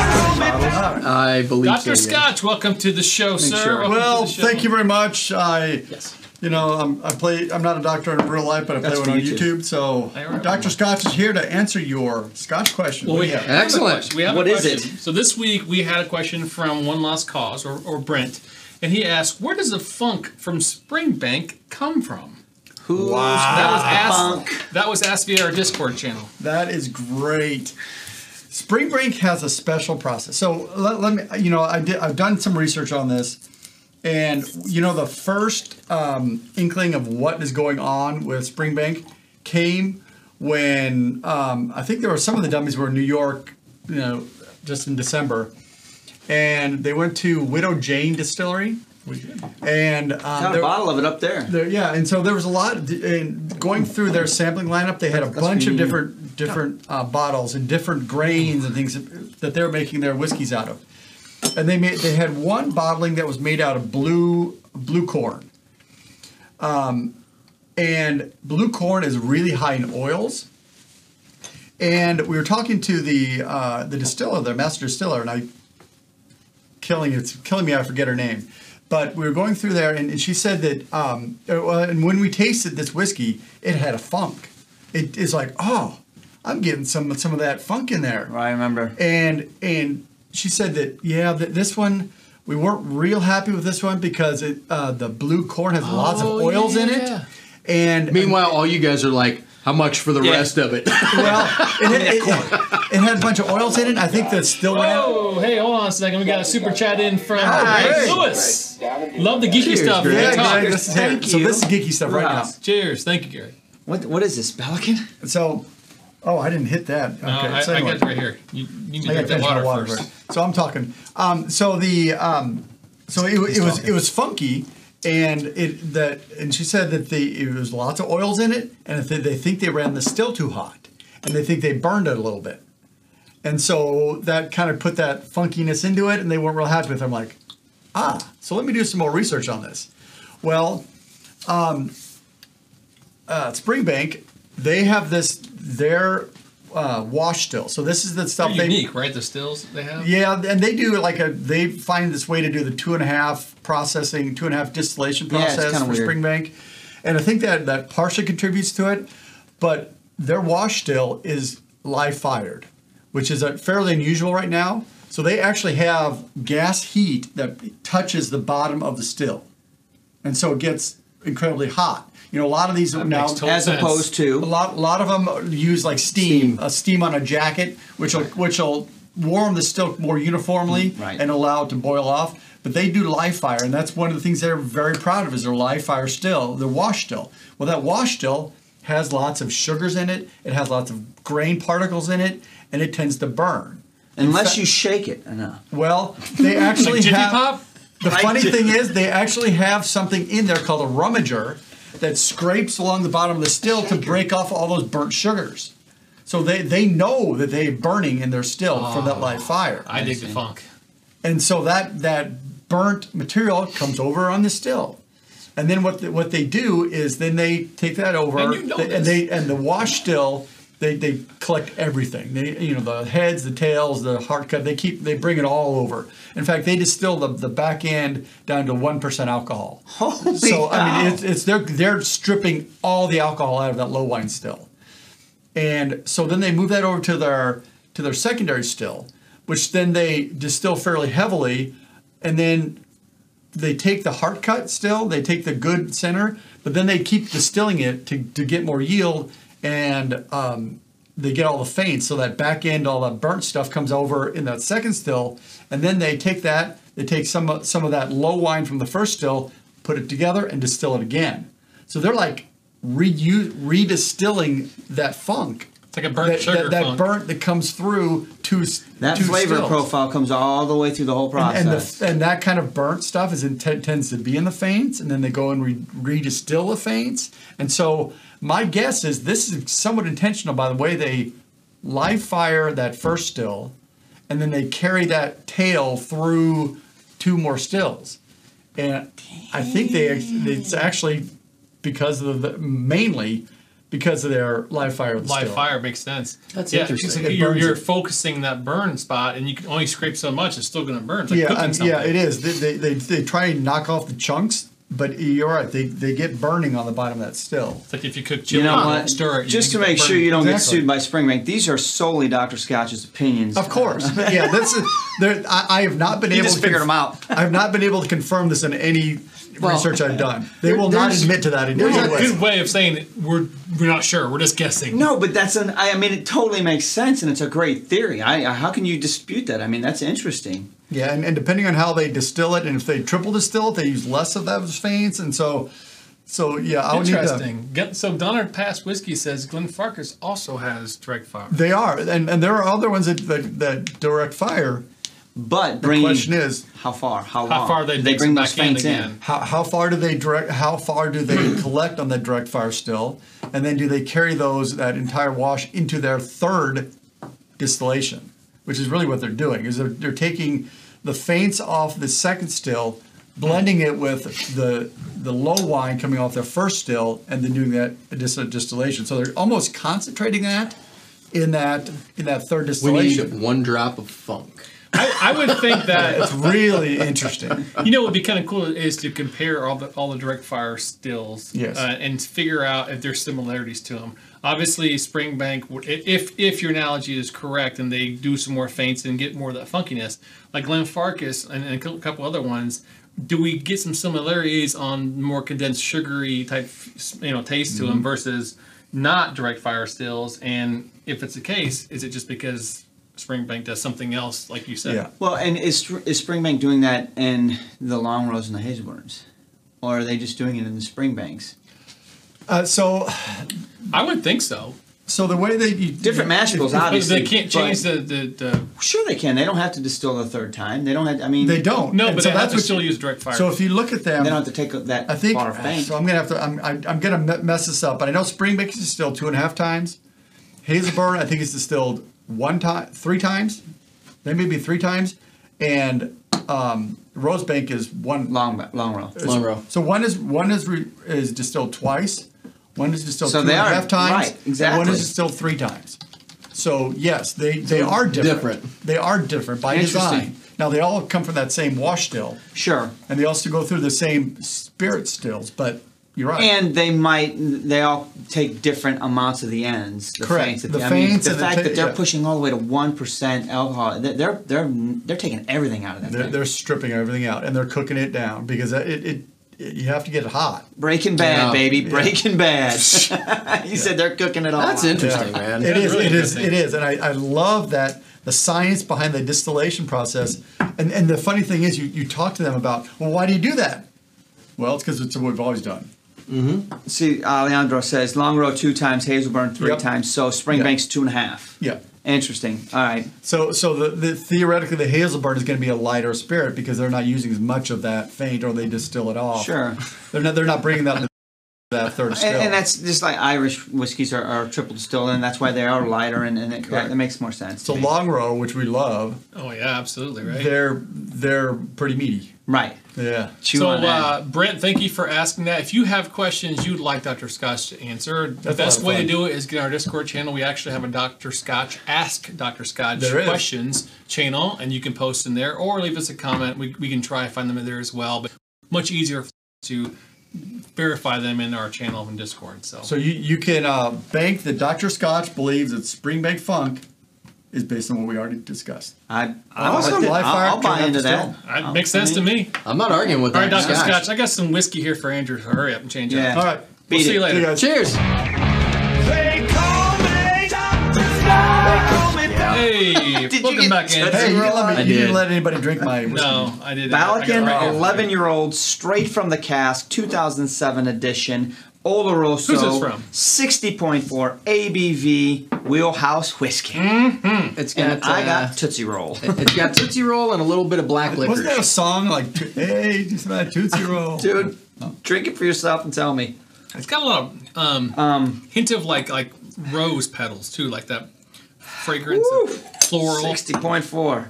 Speaker 1: I believe
Speaker 2: Dr.
Speaker 1: so, yeah.
Speaker 2: Scotch, welcome to the show, sir.
Speaker 4: sure.
Speaker 2: Welcome to
Speaker 3: Well,
Speaker 2: the show.
Speaker 3: thank you very much. I,
Speaker 1: Yes.
Speaker 3: you know, I'm, I play. I'm not a doctor in real life, but I play
Speaker 4: That's
Speaker 3: one
Speaker 4: for
Speaker 3: on
Speaker 4: YouTube.
Speaker 3: YouTube. So,
Speaker 2: Hey, all right.
Speaker 3: Doctor Scotch is here to answer your Scotch question.
Speaker 2: Well,
Speaker 3: What
Speaker 2: we
Speaker 3: do you
Speaker 2: have
Speaker 3: have?
Speaker 2: a
Speaker 1: Excellent.
Speaker 2: question. We have
Speaker 4: What
Speaker 2: a
Speaker 4: is
Speaker 2: question.
Speaker 4: it?
Speaker 2: So this week we had a question from One Lost Cause or, or Brent, and he asked, "Where does the funk from Springbank come from?"
Speaker 4: Who's
Speaker 2: That was
Speaker 4: got
Speaker 2: asked. That was asked via our Discord channel.
Speaker 3: That is great. Spring break has a special process. So let, let me, you know, I did, I've done some research on this, and you know, the first um, inkling of what is going on with spring bank came when um, I think there were some of the dummies were in New York, you know, just in December, and they went to Widow Jane Distillery, and um,
Speaker 4: Got a
Speaker 3: there-
Speaker 4: bottle of it up there.
Speaker 3: there, yeah, and so there was a lot. And going through their sampling lineup, they had a bunch of
Speaker 4: mean.
Speaker 3: different different uh, bottles and different grains and things that they were making their whiskeys out of. And they made they had one bottling that was made out of blue blue corn. Um, and blue corn is really high in oils. And we were talking to the uh, the distiller, the master distiller, and I killing it's killing me. I forget her name, but we were going through there, and, and she said that. Um, uh, well, and when we tasted this whiskey, it had a funk. It is like, oh, I'm getting some some of that funk in there.
Speaker 4: I remember.
Speaker 3: And and she said that yeah, that this one we weren't real happy with this one because it uh, the blue corn has lots of
Speaker 2: Oh,
Speaker 3: oils in it.
Speaker 2: yeah.
Speaker 3: And
Speaker 1: Meanwhile, all you guys are like, how much for the
Speaker 4: Yeah.
Speaker 1: rest of it?
Speaker 3: well, it, it, it, it had a bunch of oils in it. I think that still went out.
Speaker 2: Oh, hey, hold on a second. We got a super chat in from
Speaker 3: Ah,
Speaker 2: Greg
Speaker 3: great.
Speaker 2: Lewis. Love the geeky
Speaker 1: Cheers,
Speaker 2: stuff.
Speaker 1: Greg.
Speaker 2: Great
Speaker 3: Yeah,
Speaker 2: talk.
Speaker 3: Greg, this is it.
Speaker 4: Thank
Speaker 3: So
Speaker 4: you.
Speaker 3: this is geeky stuff right now.
Speaker 4: Wow.
Speaker 2: Cheers. Thank you, Gary.
Speaker 4: What what is this pelican?
Speaker 3: So, oh, I didn't hit that. Okay,
Speaker 2: No, Uh, I,
Speaker 3: so
Speaker 2: I
Speaker 3: anyway.
Speaker 2: got it right here. You, you need to
Speaker 3: I gotta
Speaker 2: drink that
Speaker 3: finish my
Speaker 2: water,
Speaker 3: water
Speaker 2: first.
Speaker 3: first. So I'm talking. Um, so the um, so it, it was it was funky, and it that and she said that the it was lots of oils in it, and they, they think they ran the still too hot, and they think they burned it a little bit, and so that kind of put that funkiness into it, and they weren't real happy with. it. I'm like, ah, so let me do some more research on this. Well, um, uh, Springbank, they have this their uh, wash still. So this is the stuff
Speaker 2: They're
Speaker 3: they
Speaker 2: unique, right? The stills they have.
Speaker 3: yeah, and they do like a they find this way to do the two and a half processing, two and a half distillation
Speaker 4: Yeah, it's
Speaker 3: process
Speaker 4: kinda
Speaker 3: for
Speaker 4: weird.
Speaker 3: Springbank, and I think that that partially contributes to it. But their wash still is live fired, which is uh, fairly unusual right now. So they actually have gas heat that touches the bottom of the still, and so it gets incredibly hot. You know, a lot of these now
Speaker 2: makes total
Speaker 4: As
Speaker 2: sense.
Speaker 4: opposed
Speaker 3: a
Speaker 4: to
Speaker 3: lot, a lot of them use like steam,
Speaker 1: Steam.
Speaker 3: a steam on a jacket, which will which will warm the still more uniformly
Speaker 4: Right.
Speaker 3: and allow it to boil off. But they do live fire, and that's one of the things they're very proud of is their live fire still, their wash still. Well, that wash still has lots of sugars in it. It has lots of grain particles in it, and it tends to burn.
Speaker 4: unless you shake it enough.
Speaker 3: Well, they actually
Speaker 2: Like Jiffy
Speaker 3: have.
Speaker 2: Pop.
Speaker 3: The
Speaker 4: Like
Speaker 3: funny
Speaker 4: Jiffy-
Speaker 3: thing is, they actually have something in there called a rummager that scrapes along the bottom of the still to break off all those burnt sugars. So they, they know that they're burning in their still from that live fire.
Speaker 2: Ah, I dig the funk.
Speaker 3: and so that, that burnt material comes over on the still. And then what, the, what they do is then they take that over
Speaker 2: And you know
Speaker 3: they- and
Speaker 2: this.
Speaker 3: they and the wash still they, they collect everything. They you know the heads, the tails, the hard cut. They keep they bring it all over. In fact, they distill the, the back end down to one percent alcohol.
Speaker 2: Oh.
Speaker 4: Holy
Speaker 3: so I mean,
Speaker 4: cow.
Speaker 3: it's, it's they're they're stripping all the alcohol out of that low wine still, and so then they move that over to their to their secondary still, which then they distill fairly heavily, and then they take the hard cut still, they take the good center, but then they keep distilling it to, to get more yield and um, they get all the feints. So that back end, all that burnt stuff comes over in that second still. And then they take that, they take some, of- some of that low wine from the first still, put it together and distill it again. So they're like reuse, redistilling that funk.
Speaker 2: It's like a burnt
Speaker 3: that,
Speaker 2: sugar
Speaker 3: that, that
Speaker 2: funk.
Speaker 3: burnt that comes through to s-
Speaker 4: That
Speaker 3: to
Speaker 4: flavor
Speaker 3: stills.
Speaker 4: profile comes all the way through the whole process.
Speaker 3: And, and, the, and that kind of burnt stuff is in, t- tends to be in the feints, and then they go and re- redistill the feints. And so my guess is this is somewhat intentional by the way they live fire that first still, and then they carry that tail through two more stills. And I think they ex- it's actually because of the mainly because of their live fire. of the
Speaker 2: Live
Speaker 3: still.
Speaker 2: fire makes sense.
Speaker 1: That's
Speaker 2: yeah,
Speaker 1: interesting.
Speaker 2: because
Speaker 3: It
Speaker 2: You're,
Speaker 3: burns
Speaker 2: you're
Speaker 3: it.
Speaker 2: focusing that burn spot, and you can only scrape so much. It's still going to burn. It's like
Speaker 3: yeah,
Speaker 2: cooking
Speaker 3: um,
Speaker 2: something.
Speaker 3: yeah, it is. They, they, they, they try and knock off the chunks, but you're right. They, they get burning on the bottom of that still.
Speaker 2: It's like if you cook chili,
Speaker 4: you know what?
Speaker 2: stir it. you
Speaker 4: Just to
Speaker 2: think
Speaker 4: make
Speaker 2: it'll
Speaker 4: sure
Speaker 2: burn.
Speaker 4: you don't
Speaker 3: Exactly.
Speaker 4: get sued by Springbank, these are solely Dr. Scotch's opinions.
Speaker 3: Of course, yeah. This is there. I, I have not been
Speaker 4: He
Speaker 3: able
Speaker 4: just
Speaker 3: to
Speaker 4: figured 'em out.
Speaker 3: I have not been able to confirm this in any research I've done. They will not
Speaker 1: there's-
Speaker 3: admit to that in any
Speaker 2: It's a
Speaker 3: way.
Speaker 2: good way of saying that we're we're not sure. We're just guessing.
Speaker 4: No, but that's an. I I mean, it totally makes sense, and it's a great theory. I, I how can you dispute that? I mean, that's interesting.
Speaker 3: Yeah, and, and depending on how they distill it, and if they triple distill it, they use less of those feints, and so, so yeah, I would need to.
Speaker 2: Interesting. Gun- So Donner Pass Whiskey says Glenn Farkas also has direct fire.
Speaker 3: They are, and, and there are other ones that, that, that direct fire.
Speaker 4: But
Speaker 3: The
Speaker 4: bringing,
Speaker 3: question is,
Speaker 4: how far? How,
Speaker 2: How
Speaker 4: long?
Speaker 2: far they
Speaker 4: Did
Speaker 2: mix
Speaker 4: bring
Speaker 2: it
Speaker 4: those
Speaker 2: back in
Speaker 4: feints
Speaker 2: again?
Speaker 3: How, how far do they direct? How far do they collect on the direct fire still, and then do they carry those that entire wash into their third distillation, which is really what they're doing. Is they're, they're taking the feints off the second still, blending it with the the low wine coming off their first still and then doing that additional distillation. So they're almost concentrating that in that in that third
Speaker 1: We need
Speaker 3: distillation.
Speaker 1: one drop of funk.
Speaker 2: I, I would think that
Speaker 3: It's really interesting.
Speaker 2: you know what would be kind of cool is to compare all the all the direct fire stills
Speaker 3: Yes.
Speaker 2: uh, and figure out if there's similarities to them. Obviously, Springbank, w- i- if if your analogy is correct, and they do some more feints and get more of that funkiness, like Glenn Farkas and, and a cou- couple other ones, do we get some similarities on more condensed sugary type you know taste to
Speaker 3: Mm-hmm.
Speaker 2: them versus not direct fire stills? And if it's the case, is it just because Springbank does something else, like you said?
Speaker 3: Yeah.
Speaker 4: Well, and is is Springbank doing that in the long rows and the hazelburns, or are they just doing it in the Springbanks?
Speaker 3: Uh, so
Speaker 2: I would think so.
Speaker 3: so the way that you
Speaker 4: Different mash bills,
Speaker 2: But
Speaker 4: obviously.
Speaker 2: they can't change
Speaker 4: but-
Speaker 2: the, the, the
Speaker 4: Sure, they can. They don't have to distill the third time. They don't have. I mean,
Speaker 3: they don't.
Speaker 2: no,
Speaker 3: And
Speaker 2: but
Speaker 3: so
Speaker 2: they have to
Speaker 3: what
Speaker 2: still
Speaker 3: you-
Speaker 2: use direct fire.
Speaker 3: So if you look at them,
Speaker 4: They don't have to take that
Speaker 3: I think
Speaker 4: far of fame.
Speaker 3: so. I'm gonna have to. I'm, I, I'm gonna me- mess this up, but I know Spring Bakes is distilled two and a half times. Hazelburn, I think, is distilled one time, three times, then maybe three times, and um, Rosebank is one.
Speaker 4: long, long row.
Speaker 1: Monroe.
Speaker 3: So one is one is re, is distilled twice, one is distilled
Speaker 4: So
Speaker 3: two
Speaker 4: they
Speaker 3: and a
Speaker 4: are-
Speaker 3: half times,
Speaker 4: right,
Speaker 3: and one
Speaker 4: exactly.
Speaker 3: is distilled three times. So yes, they they are different.
Speaker 1: different.
Speaker 3: They are different by
Speaker 4: Interesting.
Speaker 3: design. Now they all come from that same wash still
Speaker 4: Sure,
Speaker 3: and they also go through the same spirit stills. But you're right.
Speaker 4: and they might. They all take different amounts of the ends. The
Speaker 3: Correct.
Speaker 4: Feints,
Speaker 3: The
Speaker 4: I mean,
Speaker 3: feints
Speaker 4: the
Speaker 3: and the
Speaker 4: fact
Speaker 3: ta-
Speaker 4: that they're
Speaker 3: yeah.
Speaker 4: pushing all the way to one percent alcohol. they- They're they're they're taking everything out of that.
Speaker 3: they're,
Speaker 4: thing.
Speaker 3: they're stripping everything out and they're cooking it down because it, it, it you have to get it hot.
Speaker 4: Breaking Bad,
Speaker 1: Yeah.
Speaker 4: baby, Breaking Bad. you said they're cooking it all.
Speaker 1: That's
Speaker 4: up.
Speaker 1: interesting,
Speaker 3: Yeah.
Speaker 1: man.
Speaker 3: It is.
Speaker 2: really
Speaker 3: it is.
Speaker 2: interesting.
Speaker 3: It is. And I, I love that the science behind the distillation process. And and the funny thing is, you you talk to them about well, why do you do that? Well, it's because it's what we've always done.
Speaker 4: See, Alejandro says long row two times, Hazelburn three
Speaker 3: Yep.
Speaker 4: times, so Springbank's two and a half.
Speaker 3: Yeah.
Speaker 4: Interesting. All right.
Speaker 3: So so the, the theoretically the hazelburn is going to be a lighter spirit because they're not using as much of that faint or they distill it off.
Speaker 4: Sure.
Speaker 3: They're not. They're not bringing that that third still.
Speaker 4: And, and that's just like Irish whiskeys are, are triple distilled, and that's why they are lighter, and, and it, that, that makes more sense.
Speaker 3: so
Speaker 4: to me.
Speaker 3: long row, which we love.
Speaker 2: oh yeah, absolutely right.
Speaker 3: They're they're pretty meaty.
Speaker 4: Right.
Speaker 3: Yeah.
Speaker 4: Chew
Speaker 2: so
Speaker 4: on that.
Speaker 2: uh, Brent, thank you for asking that. If you have questions you'd like Dr. Scotch to answer, the
Speaker 3: That's a lot
Speaker 2: best
Speaker 3: of
Speaker 2: way to
Speaker 3: fun.
Speaker 2: do it is get our Discord channel. We actually have a Dr. Scotch Ask Dr. Scotch
Speaker 3: There is.
Speaker 2: questions channel, and you can post in there or leave us a comment. We, we can try to find them in there as well, but much easier to verify them in our channel in Discord. So,
Speaker 3: So you, you can uh, bank that Dr. Scotch believes that spring bank funk is based on what we already discussed.
Speaker 4: I,
Speaker 3: Well,
Speaker 4: I'm also,
Speaker 3: with the
Speaker 4: I'll,
Speaker 3: live-fire
Speaker 4: I'll buy
Speaker 3: turn
Speaker 4: into
Speaker 3: up the
Speaker 4: that.
Speaker 3: oh,
Speaker 2: that makes sense to me.
Speaker 1: I'm not arguing with
Speaker 2: All right,
Speaker 1: that.
Speaker 2: Dr.
Speaker 1: Scotch.
Speaker 2: Scotch, I got some whiskey here for Andrew. Hurry up and change
Speaker 4: Yeah.
Speaker 2: up.
Speaker 3: All right.
Speaker 2: We'll
Speaker 4: Beat
Speaker 2: see
Speaker 4: it.
Speaker 2: you later.
Speaker 3: See you guys.
Speaker 1: Cheers.
Speaker 5: They call me Dr. Scott. They call me
Speaker 2: Hey,
Speaker 4: Did you
Speaker 2: welcome
Speaker 4: get-
Speaker 2: back, Andrew.
Speaker 3: Hey, you, didn't let me,
Speaker 1: I
Speaker 3: you didn't
Speaker 1: did.
Speaker 3: let anybody drink my whiskey.
Speaker 2: No, I didn't. I got it
Speaker 4: Balakin,
Speaker 2: right here.
Speaker 4: 11 year old, straight from the cask, 2007 edition, Oloroso.
Speaker 2: Who's this from?
Speaker 4: 60.4 ABV, wheelhouse whiskey.
Speaker 2: Mm.
Speaker 1: It's got.
Speaker 4: And I
Speaker 1: uh,
Speaker 4: got Tootsie Roll.
Speaker 1: It's got Tootsie Roll and a little bit of black
Speaker 3: Wasn't that a
Speaker 1: licorice.
Speaker 3: song like, hey, just about Tootsie Roll?
Speaker 4: Dude, drink it for yourself and tell me.
Speaker 2: It's got a lot of um, hint of like like rose petals too, like that fragrance
Speaker 4: Woo!
Speaker 2: of floral.
Speaker 4: 60.4.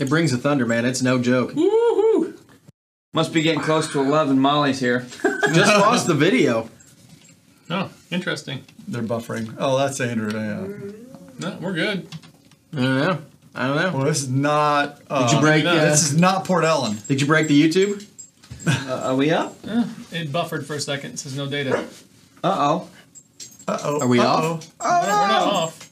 Speaker 1: It brings the thunder, man. It's no joke.
Speaker 2: Woo-hoo.
Speaker 4: Must be getting close to 11 mollies here.
Speaker 1: Just lost the video.
Speaker 2: Oh, interesting.
Speaker 3: They're buffering. Oh, that's Andrew. Yeah.
Speaker 2: No, we're good.
Speaker 1: I don't know. I don't know.
Speaker 3: Well, this is not. Uh,
Speaker 1: Did you break?
Speaker 2: no,
Speaker 1: uh,
Speaker 3: This is not Port Ellen.
Speaker 1: did you break the YouTube?
Speaker 4: Uh, Are we up?
Speaker 2: It buffered for a second. It says no data. No,
Speaker 4: Uh oh.
Speaker 3: Uh oh.
Speaker 1: Are we
Speaker 2: We're not off.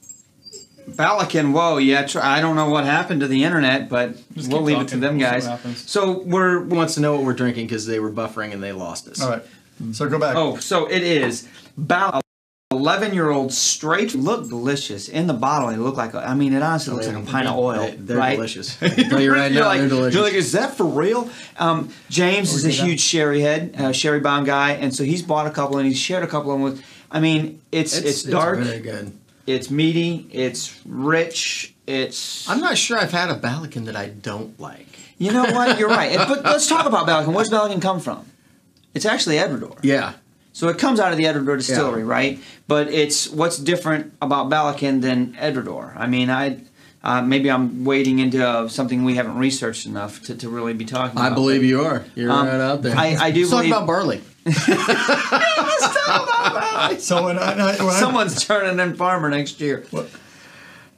Speaker 4: Balakin, whoa, yeah, tr- I don't know what happened to the internet, but
Speaker 2: Just
Speaker 4: we'll
Speaker 2: keep
Speaker 4: leave it
Speaker 2: talking.
Speaker 4: to them
Speaker 2: We'll see
Speaker 4: guys.
Speaker 2: what happens.
Speaker 4: So we're
Speaker 1: Who wants to know what we're drinking because they were buffering and they lost us?
Speaker 3: All right. So go back.
Speaker 4: Oh, so it is about eleven-year-old straight. Look delicious in the bottle. It looked like a, I mean, it honestly looks like a pint of oil.
Speaker 1: They, are
Speaker 4: right?
Speaker 1: delicious. I'll tell you right
Speaker 4: you're
Speaker 1: now,
Speaker 4: like,
Speaker 1: they're delicious.
Speaker 4: you're like, is that for real? Um, James is a
Speaker 3: good now.
Speaker 4: huge sherry head, uh, sherry bomb guy, and so he's bought a couple and he's shared a couple of them with. I mean, it's it's, dark,
Speaker 1: very
Speaker 4: it's,
Speaker 1: good.
Speaker 4: meaty, it's rich, it's.
Speaker 1: I'm not sure I've had a Balakin that I don't like.
Speaker 4: you know what? You're right. And- But let's talk about Balkan. Where's Balkan come from? It's actually Ecuador.
Speaker 1: Yeah.
Speaker 4: So it comes out of the Edredor distillery, right? But it's what's different about Balakin than Edredor. I mean, I uh, maybe I'm wading into uh, something we haven't researched enough to, to really be talking about.
Speaker 1: I believe you are. You're
Speaker 4: Uh, Um,
Speaker 1: right out there.
Speaker 4: I- I do
Speaker 1: Let's talk
Speaker 4: believe-
Speaker 1: about barley.
Speaker 3: So when I, when I, when I-
Speaker 4: Someone's turning in farmer next year.
Speaker 3: when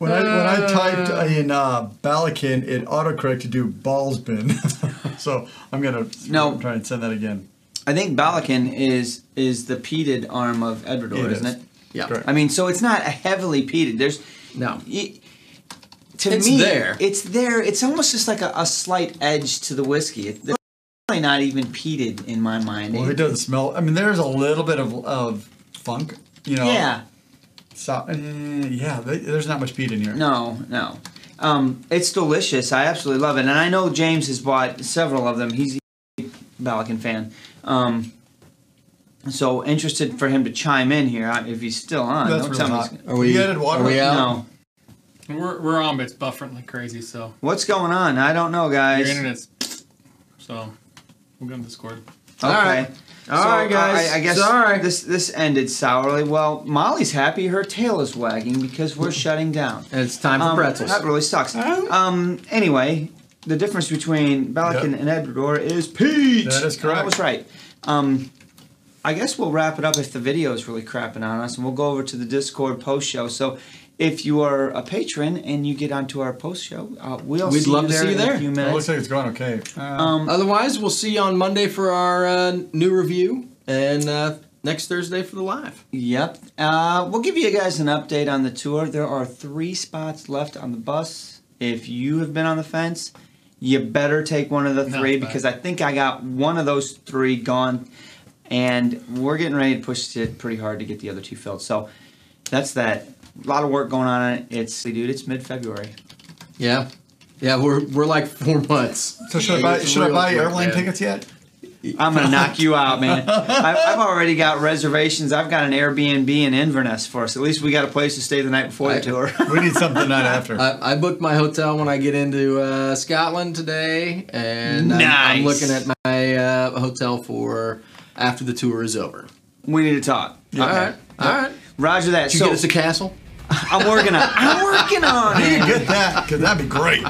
Speaker 3: I, when I typed in uh, Balakin, it autocorrected to do balls bin. so I'm gonna
Speaker 4: No.
Speaker 3: try and send that again.
Speaker 4: I think Balakin is is the peated arm of Edwardor,
Speaker 3: It
Speaker 4: is isn't
Speaker 3: is.
Speaker 4: it?
Speaker 1: Yeah.
Speaker 3: Correct.
Speaker 4: I mean, so it's not heavily peated. There's
Speaker 1: No.
Speaker 4: y- to
Speaker 1: It's
Speaker 4: me,
Speaker 1: there.
Speaker 4: It's there. It's almost just like a, a slight edge to the whiskey. It's really not even peated in my mind.
Speaker 3: Well, it doesn't smell. I mean, there's a little bit of of funk, you know.
Speaker 4: yeah.
Speaker 3: So, uh, yeah, th- there's not much peat in here.
Speaker 4: No, no. Um, it's delicious. I absolutely love it, and I know James has bought several of them. He's a Balakin fan. Um, so interested for him to chime in here I- if he's still on.
Speaker 3: That's
Speaker 4: Don't
Speaker 3: really
Speaker 4: tell me
Speaker 3: hot.
Speaker 4: he's-
Speaker 1: Are we?
Speaker 3: You added water?
Speaker 1: Are we out?
Speaker 4: No.
Speaker 2: We're, we're on, but it's buffering like crazy. So
Speaker 4: What's going on? I don't know,
Speaker 2: your
Speaker 4: guys.
Speaker 2: internet's so we'll go on Discord.
Speaker 4: Okay.
Speaker 1: All right. All
Speaker 4: So, uh,
Speaker 1: right, guys.
Speaker 4: I, I guess
Speaker 1: Sorry.
Speaker 4: this this ended sourly. Well, Molly's happy. Her tail is wagging because we're shutting down.
Speaker 1: And it's time for
Speaker 4: Um,
Speaker 1: pretzels.
Speaker 4: That really sucks. Um. Anyway, the difference between Balakin
Speaker 3: Yep.
Speaker 4: and Edwardor is peach.
Speaker 3: That is correct.
Speaker 4: That was right. Um. I guess we'll wrap it up if the video is really crapping on us, and we'll go over to the Discord post show. So. If you are a patron and you get onto our post show, uh, we'll
Speaker 1: We'd
Speaker 4: see
Speaker 1: love
Speaker 4: you
Speaker 1: to
Speaker 4: there
Speaker 1: see you
Speaker 4: in
Speaker 1: there.
Speaker 4: a few
Speaker 3: It
Speaker 4: minutes.
Speaker 3: looks like it's going okay.
Speaker 4: Uh,
Speaker 1: Otherwise, we'll see you on Monday for our uh, new review and uh, next Thursday for the live.
Speaker 4: Yep. Uh, we'll give you guys an update on the tour. There are three spots left on the bus. If you have been on the fence, you better take one of the
Speaker 2: No,
Speaker 4: three
Speaker 2: bye.
Speaker 4: because I think I got one of those three gone, and we're getting ready to push it pretty hard to get the other two filled. So that's that. A lot of work going on. it. It's dude. It's mid February.
Speaker 1: Yeah. Yeah, we're, we're like four months.
Speaker 3: So should I buy,
Speaker 1: It's
Speaker 3: should I
Speaker 1: real
Speaker 3: buy
Speaker 1: quick,
Speaker 3: airline
Speaker 1: man.
Speaker 3: tickets yet?
Speaker 4: I'm gonna knock you out, man. I've, I've already got reservations. I've got an Airbnb in Inverness for us. At least we got a place to stay the night before
Speaker 1: I-
Speaker 4: the tour.
Speaker 3: We need something not after.
Speaker 1: I, I booked my hotel when I get into uh, Scotland today, and I'm- I'm,
Speaker 4: Nice.
Speaker 1: looking at my uh, hotel for after the tour is over.
Speaker 4: we need to talk.
Speaker 1: All right, all right.
Speaker 4: Roger that.
Speaker 1: Did you
Speaker 4: so
Speaker 1: get us a castle?
Speaker 4: I'm working on. I'm working on it.
Speaker 3: Get that, because that'd be great.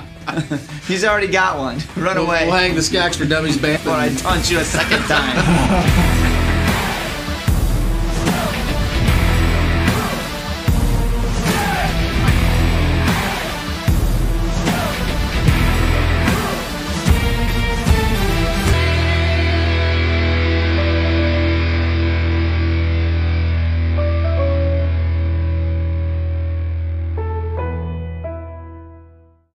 Speaker 4: He's already got one. Run
Speaker 1: We'll,
Speaker 4: away.
Speaker 1: we'll hang the Skaggs for Dummies band.
Speaker 4: But I taunt you a second time.